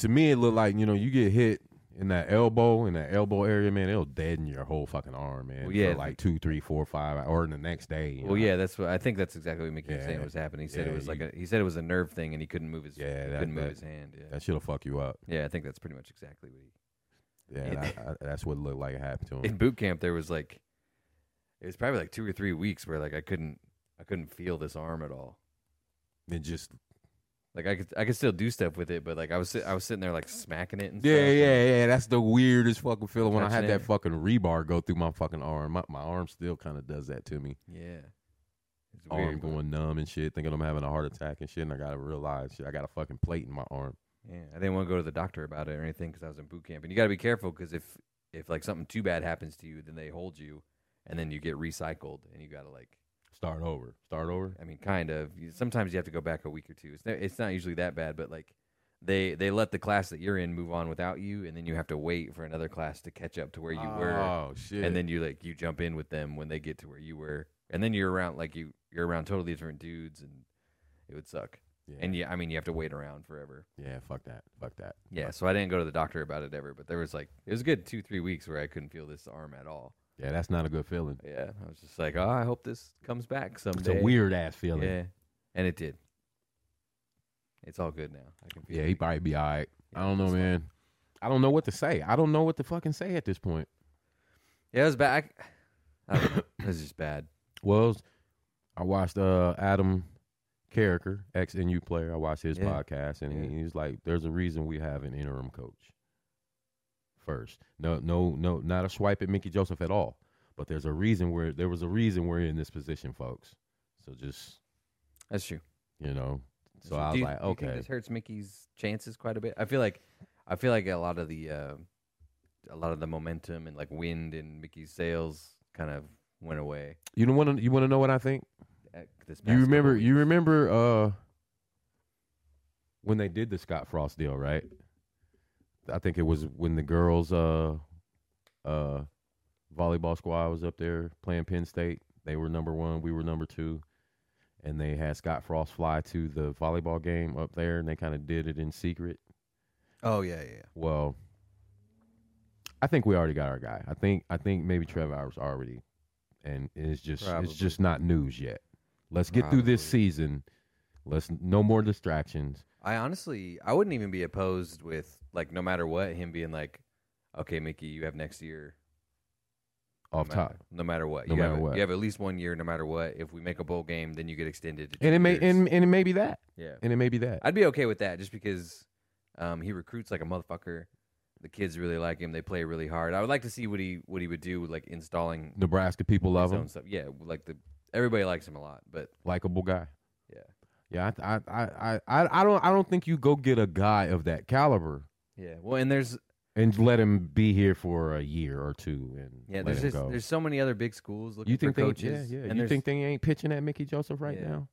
[SPEAKER 2] To me, it looked like you know you get hit in that elbow in that elbow area, man. It'll deaden your whole fucking arm, man.
[SPEAKER 1] Well, yeah.
[SPEAKER 2] for like two, three, four, five, or in the next day. you
[SPEAKER 1] Well,
[SPEAKER 2] know.
[SPEAKER 1] yeah, that's what I think. That's exactly what Mickey was saying
[SPEAKER 2] Yeah.
[SPEAKER 1] was happening. He said it
[SPEAKER 2] Yeah,
[SPEAKER 1] was like
[SPEAKER 2] you-
[SPEAKER 1] a. He said it was a nerve thing, and he couldn't move his.
[SPEAKER 2] Yeah,
[SPEAKER 1] he
[SPEAKER 2] that-
[SPEAKER 1] couldn't move
[SPEAKER 2] that-
[SPEAKER 1] his hand. Yeah.
[SPEAKER 2] that shit'll fuck you up.
[SPEAKER 1] Yeah, I think that's pretty much exactly what he.
[SPEAKER 2] Yeah, and I, I, that's what it looked like it happened to him.
[SPEAKER 1] In boot camp, there was like, it was probably like two or three weeks where like I couldn't, I couldn't feel this arm at all.
[SPEAKER 2] It
[SPEAKER 1] (laughs)
[SPEAKER 2] just
[SPEAKER 1] Like I could, I could still do stuff with it, but like I was, sit- I was sitting there like smacking it and
[SPEAKER 2] yeah,
[SPEAKER 1] stuff. and-
[SPEAKER 2] yeah, yeah. That's the weirdest fucking feeling when I
[SPEAKER 1] Touching
[SPEAKER 2] had that
[SPEAKER 1] it.
[SPEAKER 2] fucking rebar go through my fucking arm. My, my arm still kind of does that to me.
[SPEAKER 1] yeah. It's
[SPEAKER 2] Arm
[SPEAKER 1] weird, but-
[SPEAKER 2] Oh, going numb and shit, thinking I'm having a heart attack and shit. And I gotta realize shit. I got a fucking plate in my arm.
[SPEAKER 1] Yeah, I didn't want to go to the doctor about it or anything because I was in boot camp, and you got to be careful because if, if like something too bad happens to you, then they hold you, and then you get recycled, and you got to like,
[SPEAKER 2] Start over. Start over.
[SPEAKER 1] I mean, kind of. You- Sometimes you have to go back a week or two. It's not, it's not usually that bad, but like they they let the class that you're in move on without you, and then you have to wait for another class to catch up to where you were,
[SPEAKER 2] Oh shit.
[SPEAKER 1] and then you like you jump in with them when they get to where you were, and then you're around like you you're around totally different dudes, and it would suck.
[SPEAKER 2] yeah,
[SPEAKER 1] And yeah, I mean, you have to wait around forever.
[SPEAKER 2] yeah, fuck that. Fuck that.
[SPEAKER 1] Yeah, so I didn't go to the doctor about it ever, but there was like it was a good two three weeks where I couldn't feel this arm at all.
[SPEAKER 2] Yeah, that's not a good feeling.
[SPEAKER 1] Yeah, I was just like, oh, I hope this comes back someday.
[SPEAKER 2] It's a weird ass feeling. Yeah,
[SPEAKER 1] Yeah, and it did. It's all good now. I can feel.
[SPEAKER 2] he
[SPEAKER 1] it.
[SPEAKER 2] probably be all right. I don't know,
[SPEAKER 1] it's fine.
[SPEAKER 2] man. I don't know what to say. I don't know what to fucking say at this point.
[SPEAKER 1] Yeah, it was bad. I, (coughs) I don't know. it was just bad.
[SPEAKER 2] Well, it was- I watched uh, Adam Carricker, ex NU player. I watched his
[SPEAKER 1] Yeah.
[SPEAKER 2] podcast, and
[SPEAKER 1] Yeah.
[SPEAKER 2] he, he's like, "There's a reason we have an interim coach." First, no, no, no, not a swipe at Mickey Joseph at all. But there's a reason where there was a reason we're in this position, folks. So just
[SPEAKER 1] That's true.
[SPEAKER 2] you know,
[SPEAKER 1] That's
[SPEAKER 2] so
[SPEAKER 1] true. Do
[SPEAKER 2] I was
[SPEAKER 1] you-
[SPEAKER 2] like,
[SPEAKER 1] do you think
[SPEAKER 2] okay,
[SPEAKER 1] this hurts Mickey's chances quite a bit. I feel like, I feel like a lot of the, uh, a lot of the momentum and like wind in Mickey's sails kind of went away.
[SPEAKER 2] you know what? You want to know what I think?
[SPEAKER 1] At this past
[SPEAKER 2] You
[SPEAKER 1] couple
[SPEAKER 2] remember? You
[SPEAKER 1] weeks.
[SPEAKER 2] remember uh, when they did the Scott Frost deal, right? I think it was when the girls' uh, uh, volleyball squad was up there playing Penn State. They were number one. We were number two. And they had Scott Frost fly to the volleyball game up there, and they kind of did it in secret.
[SPEAKER 1] Oh yeah, yeah, yeah.
[SPEAKER 2] Well, I think we already got our guy. I think I think maybe Trevor Hours already, and it's just
[SPEAKER 1] Probably.
[SPEAKER 2] it's just not news yet. Let's get through this
[SPEAKER 1] Probably.
[SPEAKER 2] season. Let's no more distractions.
[SPEAKER 1] I honestly, I wouldn't even be opposed with like no matter what him being like, okay, Mickey, you have next year
[SPEAKER 2] Off
[SPEAKER 1] no matter,
[SPEAKER 2] top.
[SPEAKER 1] No matter what,
[SPEAKER 2] No
[SPEAKER 1] you have
[SPEAKER 2] matter
[SPEAKER 1] a-
[SPEAKER 2] what.
[SPEAKER 1] you have at least one year. No matter what, if we make a bowl game, then you get extended. To two
[SPEAKER 2] And it may
[SPEAKER 1] years.
[SPEAKER 2] and, and it may be that.
[SPEAKER 1] yeah,
[SPEAKER 2] And it may be that.
[SPEAKER 1] I'd be okay with that just because um, he recruits like a motherfucker. The kids really like him. They play really hard. I would like to see what he what he would do with like installing
[SPEAKER 2] Nebraska people love
[SPEAKER 1] his
[SPEAKER 2] him.
[SPEAKER 1] own stuff. Yeah, like the everybody likes him a lot, but
[SPEAKER 2] Likeable guy.
[SPEAKER 1] Yeah.
[SPEAKER 2] Yeah, I, I I I I don't I don't think you go get a guy of that caliber.
[SPEAKER 1] Yeah. Well, and there's
[SPEAKER 2] and let him be here for a year or two, and
[SPEAKER 1] Yeah,
[SPEAKER 2] let
[SPEAKER 1] there's
[SPEAKER 2] him
[SPEAKER 1] just,
[SPEAKER 2] go.
[SPEAKER 1] there's so many other big schools looking
[SPEAKER 2] you think
[SPEAKER 1] for
[SPEAKER 2] they,
[SPEAKER 1] coaches.
[SPEAKER 2] yeah, yeah.
[SPEAKER 1] And
[SPEAKER 2] You
[SPEAKER 1] there's,
[SPEAKER 2] think they ain't pitching at Mickey Joseph right
[SPEAKER 1] Yeah.
[SPEAKER 2] now?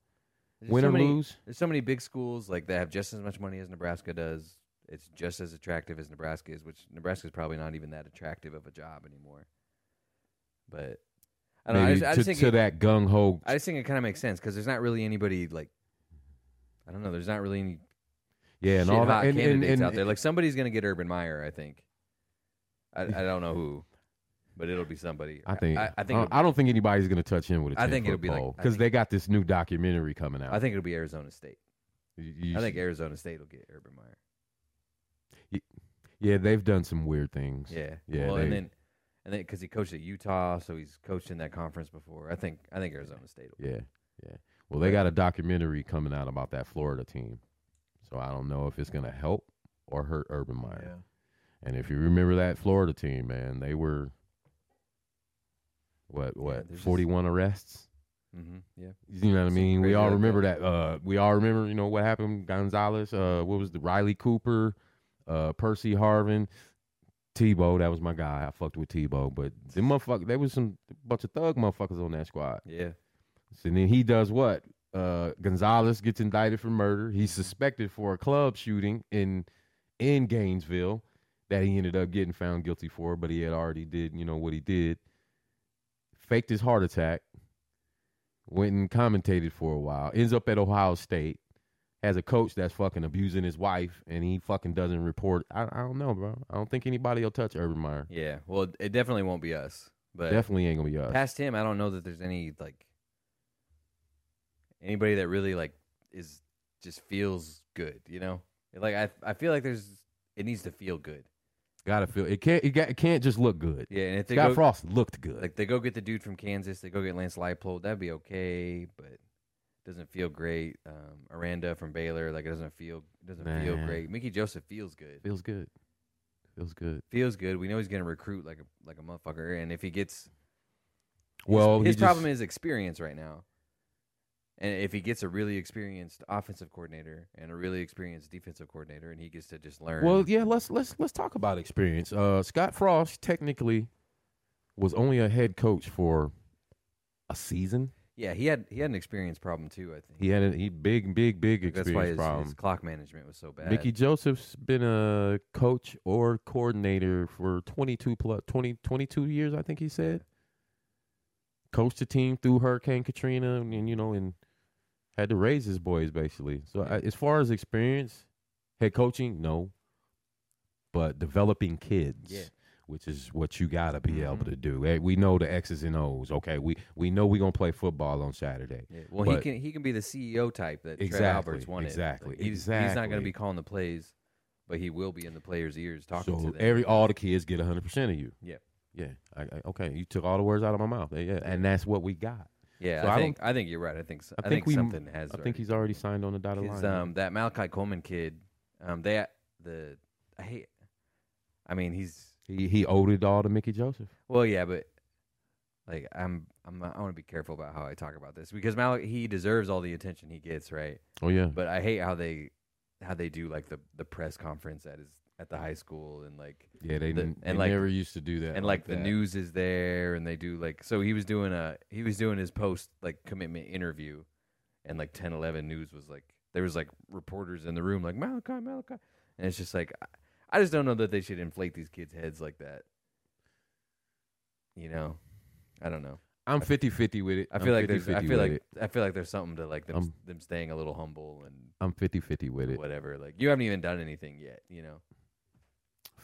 [SPEAKER 1] there's
[SPEAKER 2] Win
[SPEAKER 1] so
[SPEAKER 2] or
[SPEAKER 1] many,
[SPEAKER 2] lose,
[SPEAKER 1] There's so many big schools like that have just as much money as Nebraska does. It's just as attractive as Nebraska is, which Nebraska's probably not even that attractive of a job anymore. But I don't know. I
[SPEAKER 2] Maybe
[SPEAKER 1] just, I
[SPEAKER 2] to,
[SPEAKER 1] just think
[SPEAKER 2] to
[SPEAKER 1] it,
[SPEAKER 2] that gung ho.
[SPEAKER 1] I just think it kind of makes sense because there's not really anybody like I don't know. There's not really any
[SPEAKER 2] Yeah, and
[SPEAKER 1] shit
[SPEAKER 2] all
[SPEAKER 1] hot
[SPEAKER 2] that. And, and,
[SPEAKER 1] candidates
[SPEAKER 2] and,
[SPEAKER 1] out there. Like somebody's gonna get Urban Meyer, I think. I, I don't know who, but it'll be somebody.
[SPEAKER 2] I think.
[SPEAKER 1] I, I
[SPEAKER 2] I-
[SPEAKER 1] think.
[SPEAKER 2] I don't think anybody's gonna touch him with a
[SPEAKER 1] I
[SPEAKER 2] 10
[SPEAKER 1] think it'll be like- I
[SPEAKER 2] because
[SPEAKER 1] think-
[SPEAKER 2] they got this new documentary coming out.
[SPEAKER 1] I think it'll be Arizona State.
[SPEAKER 2] You- you
[SPEAKER 1] I think
[SPEAKER 2] should-
[SPEAKER 1] Arizona State will get Urban Meyer.
[SPEAKER 2] Yeah, they've done some weird things.
[SPEAKER 1] Yeah,
[SPEAKER 2] Yeah,
[SPEAKER 1] Well, and
[SPEAKER 2] they-
[SPEAKER 1] then and then because he coached at Utah, so he's coached in that conference before. I think I think Arizona State. Will.
[SPEAKER 2] Yeah, yeah. Well, they got a documentary coming out about that Florida team, so I don't know if it's gonna help or hurt Urban Meyer. And if you remember that Florida team, man, they were what what
[SPEAKER 1] they're just-
[SPEAKER 2] forty one arrests.
[SPEAKER 1] Mm-hmm. Yeah.
[SPEAKER 2] You know what I
[SPEAKER 1] Something
[SPEAKER 2] mean? We
[SPEAKER 1] crazy
[SPEAKER 2] all
[SPEAKER 1] like
[SPEAKER 2] remember that. Uh, we all remember, you know, what happened. Gonzalez. Uh, what was the Riley Cooper, uh, Percy Harvin, Tebow. That was my guy. I fucked with Tebow, but the motherfucker. There was some bunch of thug motherfuckers on that squad.
[SPEAKER 1] Yeah.
[SPEAKER 2] So then he does what? Uh, Gonzalez gets indicted for murder. He's suspected for a club shooting in in Gainesville that he ended up getting found guilty for, but he had already did you know what he did. Faked his heart attack. Went and commentated for a while. Ends up at Ohio State. Has a coach that's fucking abusing his wife, and he fucking doesn't report. I, I don't know, bro. I don't think anybody will touch Urban Meyer.
[SPEAKER 1] Yeah. Well, it- it definitely won't be us. But
[SPEAKER 2] Definitely ain't gonna be us.
[SPEAKER 1] past him, I don't know that there's any like anybody that really like is just feels good. You know, like I I feel like there's it needs to feel good.
[SPEAKER 2] Gotta feel it can't. It, got, it can't just look good.
[SPEAKER 1] Yeah, and if they
[SPEAKER 2] Scott
[SPEAKER 1] go,
[SPEAKER 2] Frost looked good.
[SPEAKER 1] like they go get the dude from Kansas, they go get Lance Leipold, that'd be okay, but doesn't feel great. Um, Aranda from Baylor, like it doesn't feel doesn't feel
[SPEAKER 2] Nah.
[SPEAKER 1] great. Mickey Joseph feels good.
[SPEAKER 2] Feels good. Feels good.
[SPEAKER 1] Feels good. We know he's gonna recruit like a like a motherfucker, and if he gets his-
[SPEAKER 2] Well,
[SPEAKER 1] his, problem is experience right now. And if he gets a really experienced offensive coordinator and a really experienced defensive coordinator, and he gets to just learn,
[SPEAKER 2] Well, yeah. Let's let's let's talk about experience. Uh, Scott Frost technically was only a head coach for a season.
[SPEAKER 1] yeah, he had he had an experience problem too. I think
[SPEAKER 2] He had a he big, big, big
[SPEAKER 1] that's why
[SPEAKER 2] experience
[SPEAKER 1] his,
[SPEAKER 2] problem.
[SPEAKER 1] his clock management was so bad.
[SPEAKER 2] Mickey Joseph's been a coach or coordinator for 22 plus 20, 22 years, I think he said. Coached a team through Hurricane Katrina and, and, you know, and had to raise his boys basically. So I, as far as experience, head coaching, no. But developing kids,
[SPEAKER 1] Yeah.
[SPEAKER 2] which is what you got to be able
[SPEAKER 1] Mhm.
[SPEAKER 2] to do. Hey, we know the X's and O's. Okay, we we know we're going to play football on Saturday.
[SPEAKER 1] Yeah, well,
[SPEAKER 2] But-
[SPEAKER 1] he can he can be the CEO type that Trev
[SPEAKER 2] Exactly,
[SPEAKER 1] Alberts wanted. Like,
[SPEAKER 2] exactly,
[SPEAKER 1] he's, He's not going to
[SPEAKER 2] exactly.
[SPEAKER 1] be calling the plays, but he will be in the players' ears talking
[SPEAKER 2] so
[SPEAKER 1] to them.
[SPEAKER 2] every all the kids get 100% of you.
[SPEAKER 1] Yep.
[SPEAKER 2] Yeah. I, I, okay. You took all the words out of my mouth. Yeah, Yeah. And that's what we got.
[SPEAKER 1] yeah,
[SPEAKER 2] so
[SPEAKER 1] I,
[SPEAKER 2] I
[SPEAKER 1] think I think you're right. I think so-
[SPEAKER 2] I
[SPEAKER 1] I
[SPEAKER 2] think
[SPEAKER 1] think,
[SPEAKER 2] we-
[SPEAKER 1] something has.
[SPEAKER 2] I think he's already signed on the dotted
[SPEAKER 1] already- 'cause,
[SPEAKER 2] line.
[SPEAKER 1] um, that Malachi Coleman kid. Um, they the I hate. I mean, he's
[SPEAKER 2] he he owed it all to Mickey Joseph.
[SPEAKER 1] well, yeah, but like I'm I'm I want to be careful about how I talk about this because Malachi he deserves all the attention he gets, right?
[SPEAKER 2] Oh yeah.
[SPEAKER 1] But I hate how they how they do like the the press conference at his at the high school and like
[SPEAKER 2] Yeah. They,
[SPEAKER 1] the-
[SPEAKER 2] didn't
[SPEAKER 1] and
[SPEAKER 2] they
[SPEAKER 1] like-
[SPEAKER 2] never used to do that.
[SPEAKER 1] and like the
[SPEAKER 2] that.
[SPEAKER 1] news is there and they do like so he was doing a he was doing his post like commitment interview and like 10 11 news was like there was like reporters in the room like malachi malachi and it's just like I- i just don't know that they should inflate these kids heads like that you know i don't know
[SPEAKER 2] I'm 50-50 with it.
[SPEAKER 1] i feel
[SPEAKER 2] I'm
[SPEAKER 1] like there's i
[SPEAKER 2] 50-50
[SPEAKER 1] feel
[SPEAKER 2] with
[SPEAKER 1] like
[SPEAKER 2] it.
[SPEAKER 1] i feel like there's something to like them
[SPEAKER 2] Um,
[SPEAKER 1] them staying a little humble and
[SPEAKER 2] I'm 50-50 with it.
[SPEAKER 1] whatever like you haven't even done anything yet you know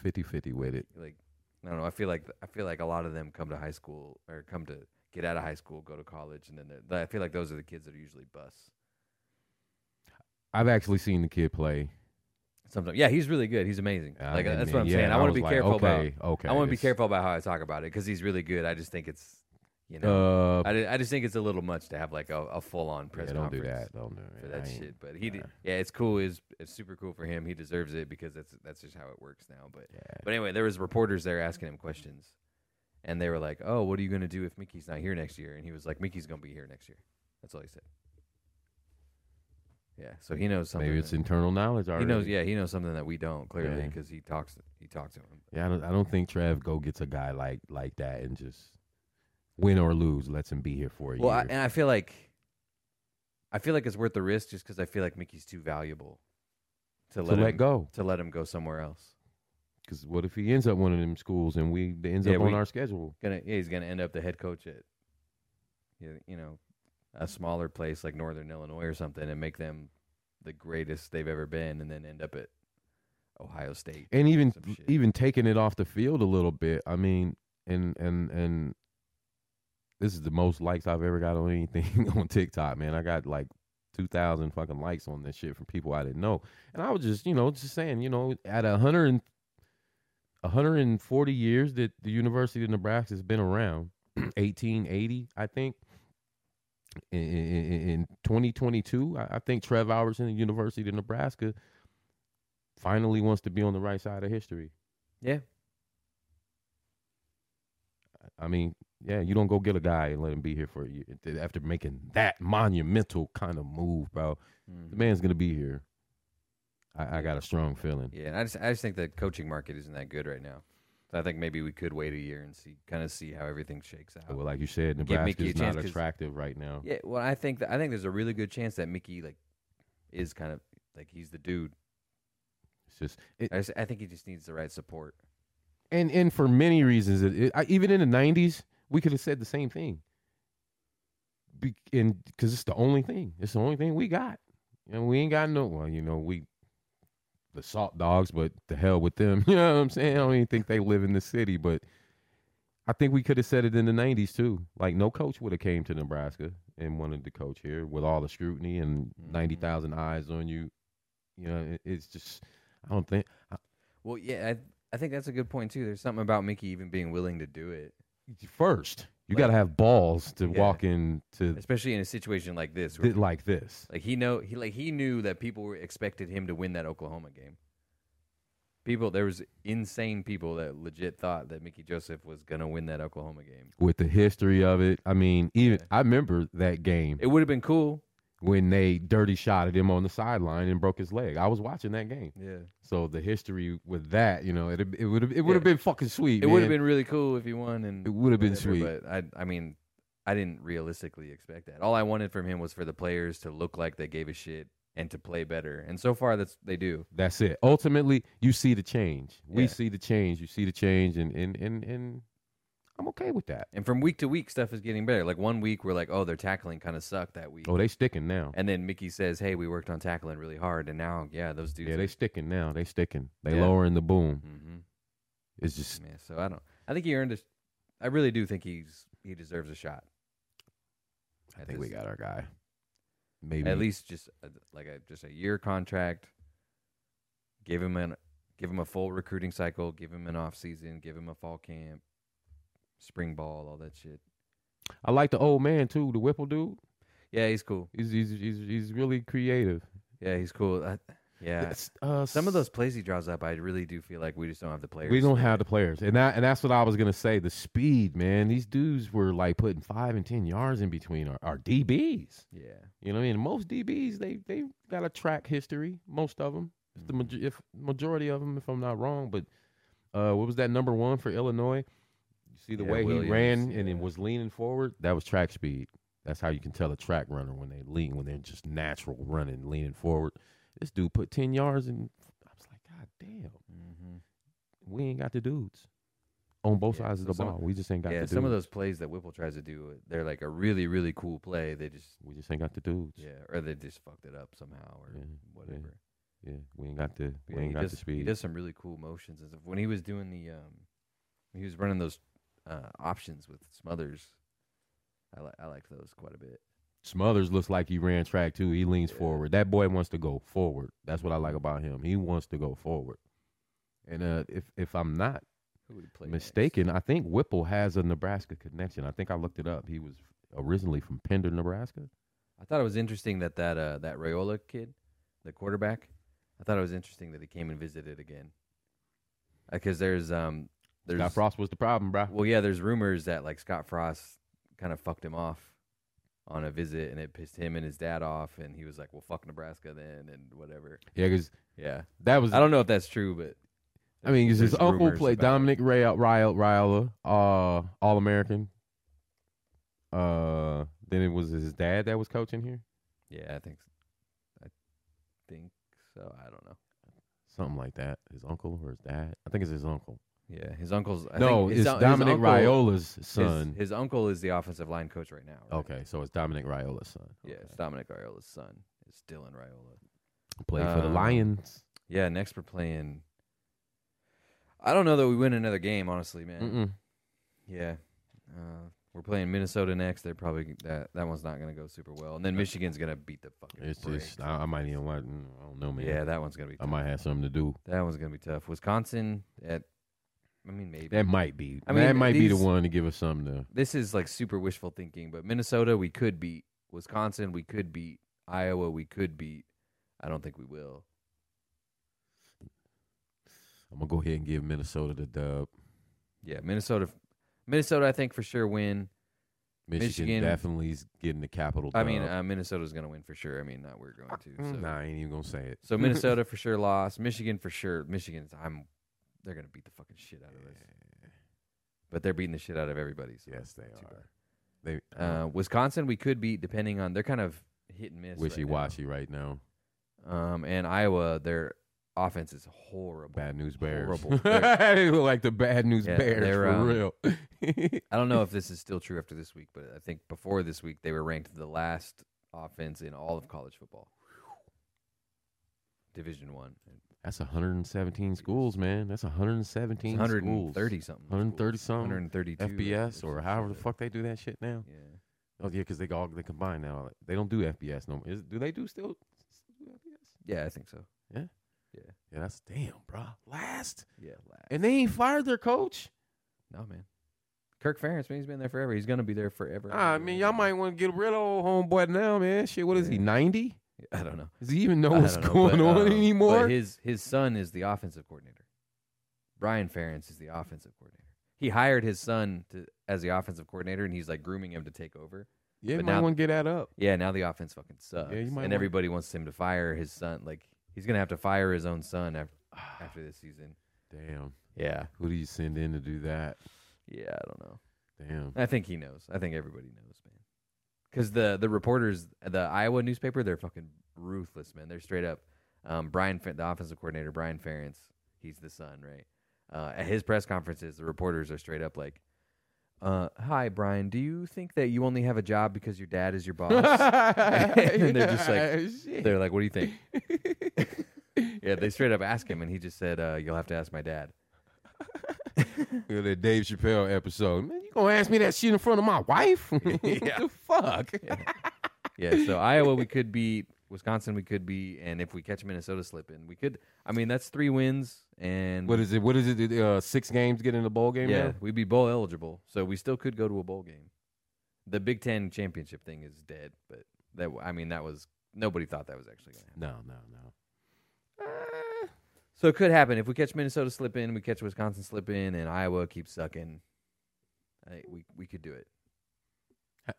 [SPEAKER 2] 50-50 with it.
[SPEAKER 1] like I don't know. I feel like I feel like a lot of them come to high school or come to get out of high school, go to college, and then they're- I feel like those are the kids that are usually bus.
[SPEAKER 2] I've actually seen the kid play.
[SPEAKER 1] Sometimes, yeah, he's really good. He's amazing.
[SPEAKER 2] I
[SPEAKER 1] like
[SPEAKER 2] mean,
[SPEAKER 1] that's what I'm
[SPEAKER 2] yeah,
[SPEAKER 1] saying. I want to
[SPEAKER 2] was
[SPEAKER 1] be
[SPEAKER 2] like,
[SPEAKER 1] careful about.
[SPEAKER 2] okay, Okay.
[SPEAKER 1] I want to be
[SPEAKER 2] this-
[SPEAKER 1] careful about how I talk about it because he's really good. I just think it's, you know,
[SPEAKER 2] Uh,
[SPEAKER 1] I, di- I just think it's a little much to have like a, a full on press
[SPEAKER 2] yeah, don't do
[SPEAKER 1] conference
[SPEAKER 2] that. Don't do it.
[SPEAKER 1] for
[SPEAKER 2] I
[SPEAKER 1] that
[SPEAKER 2] ain't-
[SPEAKER 1] shit. But he, did,
[SPEAKER 2] nah.
[SPEAKER 1] yeah, it's cool. Is it's super cool for him. He deserves it because that's that's just how it works now. But
[SPEAKER 2] Yeah.
[SPEAKER 1] But anyway, there was reporters there asking him questions, and they were like, "Oh, what are you going to do if Mickey's not here next year?" And he was like, "Mickey's going to be here next year." That's all he said. Yeah, so he knows something.
[SPEAKER 2] Maybe it's
[SPEAKER 1] that-
[SPEAKER 2] internal knowledge
[SPEAKER 1] he
[SPEAKER 2] already.
[SPEAKER 1] knows. Yeah, he knows something that we don't clearly
[SPEAKER 2] Yeah.
[SPEAKER 1] because he talks. he talked to him.
[SPEAKER 2] Yeah, I don't, I don't think Trev go gets a guy like like that and just win or lose lets him be here for a
[SPEAKER 1] Well, I,
[SPEAKER 2] year.
[SPEAKER 1] and I feel like I feel like it's worth the risk just because I feel like Mickey's too valuable to
[SPEAKER 2] to
[SPEAKER 1] let
[SPEAKER 2] let
[SPEAKER 1] him,
[SPEAKER 2] go
[SPEAKER 1] to let him go somewhere else.
[SPEAKER 2] because what if he ends up one of them schools and we they ends
[SPEAKER 1] Yeah,
[SPEAKER 2] up on
[SPEAKER 1] we-
[SPEAKER 2] our schedule?
[SPEAKER 1] Gonna yeah, he's gonna end up the head coach at you you know a smaller place like Northern Illinois or something and make them the greatest they've ever been, and then end up at Ohio State.
[SPEAKER 2] and even
[SPEAKER 1] some shit.
[SPEAKER 2] even taking it off the field a little bit. I mean, and and and this is the most likes I've ever got on anything (laughs) on TikTok, man. I got like two thousand fucking likes on this shit from people I didn't know, and I was just you know just saying you know at a hundred and a hundred and forty years that the University of Nebraska has been around, (clears throat) eighteen eighty, I think. In, in, in- in 2022, I, I think Trev Albertson, the University of Nebraska, finally wants to be on the right side of history.
[SPEAKER 1] Yeah.
[SPEAKER 2] I mean, yeah, you don't go get a guy and let him be here for a year th- after making that monumental kind of move, bro. The
[SPEAKER 1] Mhm.
[SPEAKER 2] man's gonna be here. I, I got a strong feeling.
[SPEAKER 1] Yeah, and I just I just think the coaching market isn't that good right now. So I think maybe we could wait a year and see kind of see how everything shakes out.
[SPEAKER 2] Well, like you said,
[SPEAKER 1] Give Mickey a
[SPEAKER 2] Nebraska's
[SPEAKER 1] chance
[SPEAKER 2] not
[SPEAKER 1] 'cause-
[SPEAKER 2] attractive right now.
[SPEAKER 1] Yeah, well, I think that, I think there's a really good chance that Mickey like is kind of like he's the dude.
[SPEAKER 2] It's just it,
[SPEAKER 1] I, just, I think he just needs the right support.
[SPEAKER 2] and and for many reasons, it, it, I, even in the '90s, we could have said the same thing. Be, and because it's the only thing, it's the only thing we got, and we ain't got no. Well, you know, we the salt dogs, but the hell with them. (laughs) You know what I'm saying? I don't even think they live in the city, but I think we could have said it in the '90s too. Like no coach would have came to Nebraska and wanted to coach here with all the scrutiny and
[SPEAKER 1] Mhm.
[SPEAKER 2] ninety thousand eyes on you. You know, it, it's just I don't think
[SPEAKER 1] Well, yeah, I I think that's a good point too. There's something about Mickey even being willing to do it,
[SPEAKER 2] first. You
[SPEAKER 1] Like-
[SPEAKER 2] got to have balls to
[SPEAKER 1] Yeah.
[SPEAKER 2] walk into
[SPEAKER 1] especially in a situation like this. Where,
[SPEAKER 2] th- like this.
[SPEAKER 1] like he know he like he knew that people were expected him to win that Oklahoma game. People, there was insane people that legit thought that Mickey Joseph was gonna win that Oklahoma game.
[SPEAKER 2] With the history of it, I mean, even
[SPEAKER 1] Yeah.
[SPEAKER 2] I remember that game
[SPEAKER 1] It would have been cool.
[SPEAKER 2] when they dirty shotted him on the sideline and broke his leg. I was watching that game,
[SPEAKER 1] Yeah,
[SPEAKER 2] so the history with that, you know, it it would have it would have
[SPEAKER 1] Yeah.
[SPEAKER 2] been fucking sweet.
[SPEAKER 1] it would have
[SPEAKER 2] man.
[SPEAKER 1] been really cool if he won. And
[SPEAKER 2] it would have been
[SPEAKER 1] whatever,
[SPEAKER 2] sweet.
[SPEAKER 1] But I, I mean, I didn't realistically expect that. All I wanted from him was for the players to look like they gave a shit and to play better. And so far, that's they do.
[SPEAKER 2] That's it. Ultimately, you see the change. We
[SPEAKER 1] Yeah.
[SPEAKER 2] see the change. You see the change, and and and and I'm okay with that.
[SPEAKER 1] And from week to week, stuff is getting better. Like one week, we're like, oh, their tackling kind of sucked that week.
[SPEAKER 2] Oh, they sticking now.
[SPEAKER 1] And then Mickey says, hey, we worked on tackling really hard. And now, yeah, those dudes.
[SPEAKER 2] Yeah,
[SPEAKER 1] are-
[SPEAKER 2] they sticking now. They sticking. They
[SPEAKER 1] Yeah.
[SPEAKER 2] lowering the boom.
[SPEAKER 1] Mhm.
[SPEAKER 2] It's just
[SPEAKER 1] Yeah, so I don't. I think he earned a. I really do think he's he deserves a shot.
[SPEAKER 2] I
[SPEAKER 1] at
[SPEAKER 2] think we
[SPEAKER 1] this.
[SPEAKER 2] got our guy. Maybe
[SPEAKER 1] at least just a, like a just a year contract. Give him an give him a full recruiting cycle. Give him an off season. Give him a fall camp, spring ball, all that shit.
[SPEAKER 2] I like the old man too, the Whipple dude.
[SPEAKER 1] Yeah, he's cool.
[SPEAKER 2] He's he's he's, he's really creative.
[SPEAKER 1] Yeah, he's cool. I, yeah,
[SPEAKER 2] Yes, uh,
[SPEAKER 1] some of
[SPEAKER 2] s-
[SPEAKER 1] those plays he draws up, I really do feel like we just don't have the players.
[SPEAKER 2] we don't have the players, and that and that's what I was gonna say. The speed, man. These dudes were like putting five and ten yards in between our, our DBs.
[SPEAKER 1] Yeah,
[SPEAKER 2] You know what I mean? Most DBs they they got a track history. Most of them, the
[SPEAKER 1] Mhm.
[SPEAKER 2] maj- if majority of them, if I'm not wrong. But uh, what was that number one for Illinois? You see the
[SPEAKER 1] Yeah,
[SPEAKER 2] way
[SPEAKER 1] Williams,
[SPEAKER 2] he ran and it
[SPEAKER 1] yeah.
[SPEAKER 2] was leaning forward. That was track speed. That's how you can tell a track runner when they lean when they're just natural running, leaning forward. This dude put ten yards and I was like, God damn, Mm-hmm.
[SPEAKER 1] Mhm.
[SPEAKER 2] we ain't got the dudes on both
[SPEAKER 1] Yeah,
[SPEAKER 2] sides
[SPEAKER 1] so
[SPEAKER 2] of the
[SPEAKER 1] some-
[SPEAKER 2] ball. we just ain't got
[SPEAKER 1] yeah.
[SPEAKER 2] the dudes.
[SPEAKER 1] Some of those plays that Whipple tries to do, they're like a really really cool play. They just
[SPEAKER 2] we just ain't got the dudes.
[SPEAKER 1] yeah, or they just fucked it up somehow or
[SPEAKER 2] Yeah, yeah.
[SPEAKER 1] whatever.
[SPEAKER 2] Yeah, we ain't got the
[SPEAKER 1] Yeah,
[SPEAKER 2] we ain't
[SPEAKER 1] he
[SPEAKER 2] got
[SPEAKER 1] does,
[SPEAKER 2] the speed.
[SPEAKER 1] He does some really cool motions and stuff. When he was doing the, um, he was running those uh, options with Smothers. I li- I liked those quite a bit.
[SPEAKER 2] Smothers looks like he ran track too. He leans
[SPEAKER 1] Yeah.
[SPEAKER 2] forward. That boy wants to go forward. That's what I like about him. He wants to go forward. And uh, if if I'm not
[SPEAKER 1] Who would play next?
[SPEAKER 2] mistaken, I think Whipple has a Nebraska connection. I think I looked it up. He was originally from Pender, Nebraska.
[SPEAKER 1] I thought it was interesting that that uh, that Rayola kid, the quarterback, I thought it was interesting that he came and visited again. Because there's um there's
[SPEAKER 2] Scott Frost was the problem, bro.
[SPEAKER 1] well yeah there's rumors that like Scott Frost kind of fucked him off on a visit and it pissed him and his dad off and he was like well fuck Nebraska then and whatever
[SPEAKER 2] Yeah, because
[SPEAKER 1] yeah
[SPEAKER 2] that was
[SPEAKER 1] I don't know if that's true but
[SPEAKER 2] I mean, his
[SPEAKER 1] There's
[SPEAKER 2] uncle
[SPEAKER 1] rumors
[SPEAKER 2] played
[SPEAKER 1] about it.
[SPEAKER 2] Dominic Ray Raiola, uh, All American. Uh, then it was his dad that was coaching here,
[SPEAKER 1] Yeah, I think. s- I think so. I don't know.
[SPEAKER 2] something like that. His uncle or his dad? I think it's his uncle.
[SPEAKER 1] Yeah, his uncle's. I
[SPEAKER 2] no,
[SPEAKER 1] think his,
[SPEAKER 2] it's
[SPEAKER 1] un- his
[SPEAKER 2] Dominic
[SPEAKER 1] uncle-
[SPEAKER 2] Raiola's
[SPEAKER 1] his-
[SPEAKER 2] son.
[SPEAKER 1] His, uncle is the offensive line coach right now. right?
[SPEAKER 2] okay, so it's Dominic Raiola's son.
[SPEAKER 1] Yeah,
[SPEAKER 2] Okay.
[SPEAKER 1] it's Dominic Raiola's son. It's Dylan Raiola.
[SPEAKER 2] played for the
[SPEAKER 1] Um,
[SPEAKER 2] Lions.
[SPEAKER 1] Yeah, next we're playing. I don't know that we win another game, honestly, man.
[SPEAKER 2] Mm-mm.
[SPEAKER 1] Yeah, uh, we're playing Minnesota next. They're probably g- that that one's not gonna go super well, and then Michigan's gonna beat the fucking.
[SPEAKER 2] It's
[SPEAKER 1] brakes.
[SPEAKER 2] just I, I might even want. mm, I don't know, man.
[SPEAKER 1] yeah, that one's gonna be.
[SPEAKER 2] I
[SPEAKER 1] Tough.
[SPEAKER 2] might have something to do.
[SPEAKER 1] That one's gonna be tough. Wisconsin at, I mean maybe
[SPEAKER 2] That might be.
[SPEAKER 1] I mean,
[SPEAKER 2] that might be the
[SPEAKER 1] these-
[SPEAKER 2] one to give us something to.
[SPEAKER 1] this is like super wishful thinking, but Minnesota we could beat, Wisconsin we could beat, Iowa we could beat. I don't think we will.
[SPEAKER 2] I'm gonna go ahead and give Minnesota the dub.
[SPEAKER 1] Yeah, Minnesota, Minnesota I think for sure win.
[SPEAKER 2] Michigan,
[SPEAKER 1] Michigan-
[SPEAKER 2] definitely is getting the capital.
[SPEAKER 1] I mean
[SPEAKER 2] dub.
[SPEAKER 1] uh, Minnesota's gonna win for sure. I mean not we're going to. So.
[SPEAKER 2] Mm, nah, I ain't even gonna say it.
[SPEAKER 1] So
[SPEAKER 2] (laughs)
[SPEAKER 1] Minnesota for sure lost. Michigan for sure. Michigan's I'm they're gonna beat the fucking shit out of us. But they're beating the shit out of everybody. So.
[SPEAKER 2] yes, they
[SPEAKER 1] Too
[SPEAKER 2] are. They
[SPEAKER 1] Uh, Wisconsin we could beat depending on they're kind of hit and miss. right now.
[SPEAKER 2] wishy washy right now.
[SPEAKER 1] Um and Iowa their offense is horrible.
[SPEAKER 2] Bad news bears.
[SPEAKER 1] Horrible.
[SPEAKER 2] they look (laughs) like the bad news
[SPEAKER 1] Yeah,
[SPEAKER 2] bears
[SPEAKER 1] they're,
[SPEAKER 2] for
[SPEAKER 1] um,
[SPEAKER 2] real.
[SPEAKER 1] I don't know if this is still true after this week, but I think before this week they were ranked the last offense in all of college football. Division 1.
[SPEAKER 2] That's 117 schools, man. That's 117
[SPEAKER 1] It's
[SPEAKER 2] schools.
[SPEAKER 1] 130 something.
[SPEAKER 2] 130 something.
[SPEAKER 1] 132
[SPEAKER 2] FBS or
[SPEAKER 1] some
[SPEAKER 2] however the
[SPEAKER 1] shit.
[SPEAKER 2] fuck they do that shit now.
[SPEAKER 1] Yeah.
[SPEAKER 2] Oh yeah, because they all they combine now. They don't do FBS no more. Is, do they do still? still do FBS?
[SPEAKER 1] Yeah, I think so.
[SPEAKER 2] Yeah, that's damn, bro. Last,
[SPEAKER 1] Yeah, last.
[SPEAKER 2] and they ain't fired their coach.
[SPEAKER 1] No, man. Kirk Ferentz, man, he's been there forever. He's gonna be there forever. and
[SPEAKER 2] Ah, I
[SPEAKER 1] ever
[SPEAKER 2] mean,
[SPEAKER 1] and
[SPEAKER 2] y'all
[SPEAKER 1] ever.
[SPEAKER 2] might want to get rid of old homeboy now, man. Shit, what is he?
[SPEAKER 1] Yeah.
[SPEAKER 2] Ninety?
[SPEAKER 1] (laughs) I don't know.
[SPEAKER 2] Does he even know
[SPEAKER 1] I
[SPEAKER 2] what's
[SPEAKER 1] don't know,
[SPEAKER 2] going
[SPEAKER 1] but,
[SPEAKER 2] on
[SPEAKER 1] um,
[SPEAKER 2] anymore?
[SPEAKER 1] But his his son is the offensive coordinator. Brian Ferentz is the offensive coordinator. He hired his son to as the offensive coordinator, and he's like grooming him to take over.
[SPEAKER 2] yeah, you
[SPEAKER 1] but
[SPEAKER 2] might
[SPEAKER 1] now-
[SPEAKER 2] want to get that up.
[SPEAKER 1] Yeah, now the offense fucking sucks,
[SPEAKER 2] you might
[SPEAKER 1] and
[SPEAKER 2] wanna-
[SPEAKER 1] everybody wants him to fire his son. Like he's gonna have to fire his own son after after this season.
[SPEAKER 2] Damn,
[SPEAKER 1] Yeah,
[SPEAKER 2] who do you send in to do that?
[SPEAKER 1] yeah, I don't know. (laughs)
[SPEAKER 2] Damn,
[SPEAKER 1] I think he knows. I think everybody knows, man. Because the the reporters, the Iowa newspaper, they're fucking ruthless, man. They're straight up. Um, Brian, Fer- the offensive coordinator, Brian Ferentz, he's the son, right? Uh, at his press conferences, the reporters are straight up like, uh, "Hi, Brian. Do you think that you only have a job because your dad is your
[SPEAKER 2] (laughs)
[SPEAKER 1] boss?" (laughs) And they're just
[SPEAKER 2] like,
[SPEAKER 1] they're like, "What do you think?"
[SPEAKER 2] (laughs)
[SPEAKER 1] yeah, they straight up ask him, and he just said, uh, "You'll have to ask my dad."
[SPEAKER 2] that Dave Chappelle episode. Man, you gonna ask me that shit in front of my wife? (laughs)
[SPEAKER 1] (laughs) Yeah. Mm-hmm.
[SPEAKER 2] the fuck.
[SPEAKER 1] Yeah, so Iowa we could beat, Wisconsin we could beat, and if we catch Minnesota slipping, we could. I mean, that's three wins, and
[SPEAKER 2] What is it? What is it? Uh, six games get in the bowl game
[SPEAKER 1] yeah,
[SPEAKER 2] now.
[SPEAKER 1] we'd be bowl eligible, so we still could go to a bowl game. The Big Ten championship thing is dead, but that I mean that was nobody thought that was actually going to happen.
[SPEAKER 2] No, no, no. Uh,
[SPEAKER 1] So it could happen if we catch Minnesota slipping, we catch Wisconsin slipping, and Iowa keeps sucking. I, we we could do it,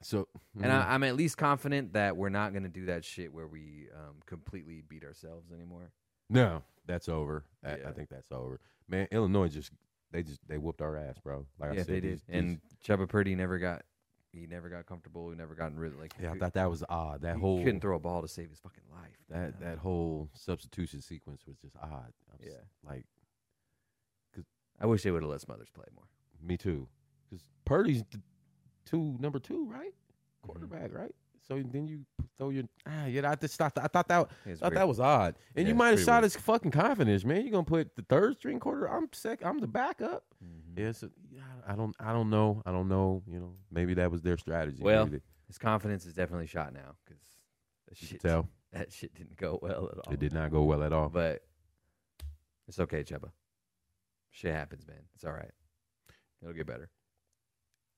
[SPEAKER 2] so mm,
[SPEAKER 1] and
[SPEAKER 2] Mm-hmm.
[SPEAKER 1] I, I'm at least confident that we're not going to do that shit where we um, completely beat ourselves anymore.
[SPEAKER 2] No, that's over. I, I
[SPEAKER 1] Yeah.
[SPEAKER 2] think that's over. Man, Illinois just they just they whooped our ass, bro. Like I
[SPEAKER 1] yeah,
[SPEAKER 2] said,
[SPEAKER 1] they did.
[SPEAKER 2] these- these-
[SPEAKER 1] And Chuba Purdy never got he never got comfortable. He never gotten rid of like
[SPEAKER 2] yeah, I
[SPEAKER 1] he-
[SPEAKER 2] thought that was odd. That
[SPEAKER 1] he
[SPEAKER 2] whole
[SPEAKER 1] couldn't throw a ball to save his fucking life.
[SPEAKER 2] that that whole substitution sequence was just odd. I was
[SPEAKER 1] Yeah.
[SPEAKER 2] like
[SPEAKER 1] I wish they would have let Smothers play more.
[SPEAKER 2] me too, because Purdy's the two number two, right?
[SPEAKER 1] Mm-hmm.
[SPEAKER 2] Quarterback, right? So then you throw your ah, yeah. I just thought I thought that
[SPEAKER 1] It was
[SPEAKER 2] thought
[SPEAKER 1] weird.
[SPEAKER 2] that was odd, and
[SPEAKER 1] Yeah,
[SPEAKER 2] you
[SPEAKER 1] it's
[SPEAKER 2] might have
[SPEAKER 1] pretty
[SPEAKER 2] shot
[SPEAKER 1] weird.
[SPEAKER 2] his fucking confidence, man. You're gonna put the third string quarter. I'm sec. I'm the backup.
[SPEAKER 1] Mhm.
[SPEAKER 2] Yeah, so yeah, I don't, I don't know, I don't know. You know, maybe that was their strategy.
[SPEAKER 1] Well,
[SPEAKER 2] maybe
[SPEAKER 1] His confidence is definitely shot now because that
[SPEAKER 2] they, you
[SPEAKER 1] shit
[SPEAKER 2] could tell
[SPEAKER 1] (laughs) that shit didn't go well at all.
[SPEAKER 2] it did not go well at all.
[SPEAKER 1] But it's okay, Chuba. Shit happens, man. It's all right. It'll get better.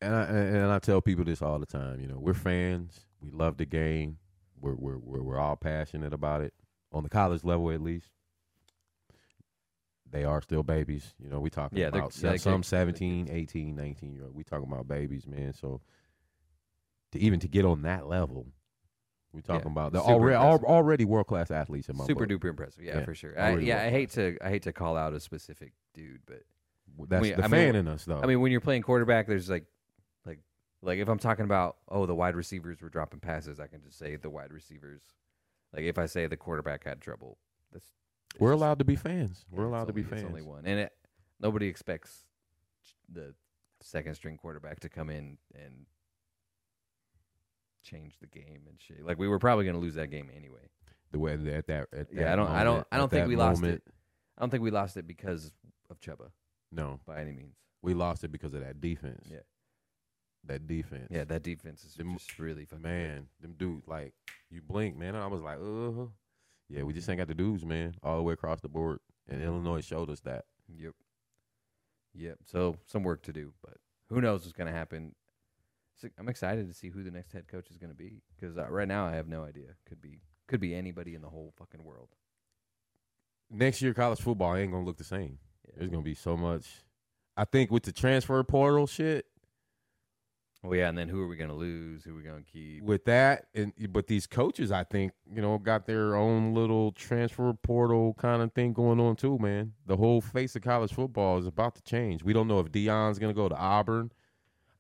[SPEAKER 2] and I and I tell people this all the time. You know, we're fans. We love the game. We're we're we're, we're all passionate about it on the college level, at least. They are still babies. You know, we talking
[SPEAKER 1] Yeah, they're-
[SPEAKER 2] about
[SPEAKER 1] yeah,
[SPEAKER 2] some,
[SPEAKER 1] they're
[SPEAKER 2] some
[SPEAKER 1] kids. They're
[SPEAKER 2] 17, 18, 19 year old. We talking about babies, man. So to even to get on that level, We're talking about they're
[SPEAKER 1] super
[SPEAKER 2] already al-
[SPEAKER 1] impressive.
[SPEAKER 2] already world class athletes in my
[SPEAKER 1] Super
[SPEAKER 2] book.
[SPEAKER 1] duper impressive. Yeah,
[SPEAKER 2] Yeah,
[SPEAKER 1] for sure. I,
[SPEAKER 2] already
[SPEAKER 1] yeah,
[SPEAKER 2] world
[SPEAKER 1] I hate to I hate to call out a specific dude, but
[SPEAKER 2] That's
[SPEAKER 1] mean-
[SPEAKER 2] the
[SPEAKER 1] I mean-
[SPEAKER 2] fan in us though.
[SPEAKER 1] I mean, when you're playing quarterback, there's like, like, like if I'm talking about, oh, the wide receivers were dropping passes, I can just say the wide receivers. Like if I say the quarterback had trouble, that's it's
[SPEAKER 2] we're
[SPEAKER 1] just-
[SPEAKER 2] allowed to be fans.
[SPEAKER 1] yeah,
[SPEAKER 2] we're
[SPEAKER 1] it's
[SPEAKER 2] allowed to be
[SPEAKER 1] only- it's
[SPEAKER 2] fans.
[SPEAKER 1] Only one, and it, nobody expects the second string quarterback to come in and change the game and shit. Like we were probably going to lose that game anyway.
[SPEAKER 2] The way that at that at
[SPEAKER 1] Yeah,
[SPEAKER 2] that
[SPEAKER 1] I don't- I don't-
[SPEAKER 2] moment-
[SPEAKER 1] I don't
[SPEAKER 2] at
[SPEAKER 1] think
[SPEAKER 2] that
[SPEAKER 1] we lost it.
[SPEAKER 2] moment,
[SPEAKER 1] I don't think we lost it because of Chuba
[SPEAKER 2] No,
[SPEAKER 1] by any means.
[SPEAKER 2] we lost it because of that defense.
[SPEAKER 1] Yeah.
[SPEAKER 2] that defense.
[SPEAKER 1] Yeah, that defense is
[SPEAKER 2] The m-
[SPEAKER 1] just really fucking good.
[SPEAKER 2] man, them dudes like you blink, man. I was like, uh, yeah, we just ain't got the dudes, man, all the way across the board. And Illinois showed us that.
[SPEAKER 1] Yep. Yep. So some work to do, but who knows what's going to happen. So I'm excited to see who the next head coach is going to be because uh, right now I have no idea. Could be could be anybody in the whole fucking world.
[SPEAKER 2] Next year, college football ain't gonna look the same.
[SPEAKER 1] Yeah.
[SPEAKER 2] There's gonna be so much. I think with the transfer portal shit,
[SPEAKER 1] Well, yeah, and then who are we going to lose? Who are we going to keep?
[SPEAKER 2] with that, and but these coaches, I think you know, got their own little transfer portal kind of thing going on too, man. The whole face of college football is about to change. We don't know if Dion's gonna go to Auburn.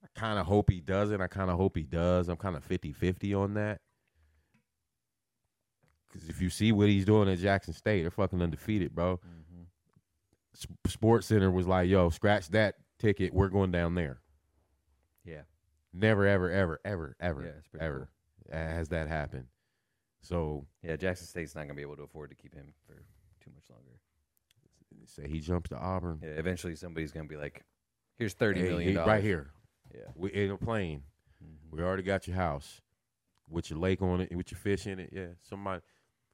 [SPEAKER 2] I kind of hope he doesn't. I kind of hope he does. I'm kind of 50-50 on that. Because if you see what he's doing at Jackson State, they're fucking undefeated, bro.
[SPEAKER 1] Mm-hmm.
[SPEAKER 2] Sp- Sports Center was like, "Yo, scratch that ticket. We're going down there."
[SPEAKER 1] Yeah.
[SPEAKER 2] Never, ever, ever, ever, ever,
[SPEAKER 1] Yeah, it's pretty
[SPEAKER 2] ever has that happened. So
[SPEAKER 1] Yeah, Jackson State's not going to be able to afford to keep him for too much longer.
[SPEAKER 2] Say he jumps to Auburn.
[SPEAKER 1] Yeah, eventually somebody's going to be like, here's thirty
[SPEAKER 2] Hey,
[SPEAKER 1] million
[SPEAKER 2] he-
[SPEAKER 1] dollars
[SPEAKER 2] right here.
[SPEAKER 1] Yeah.
[SPEAKER 2] We in a plane.
[SPEAKER 1] Mhm.
[SPEAKER 2] We already got your house with your lake on it, with your fish in it. Yeah, somebody.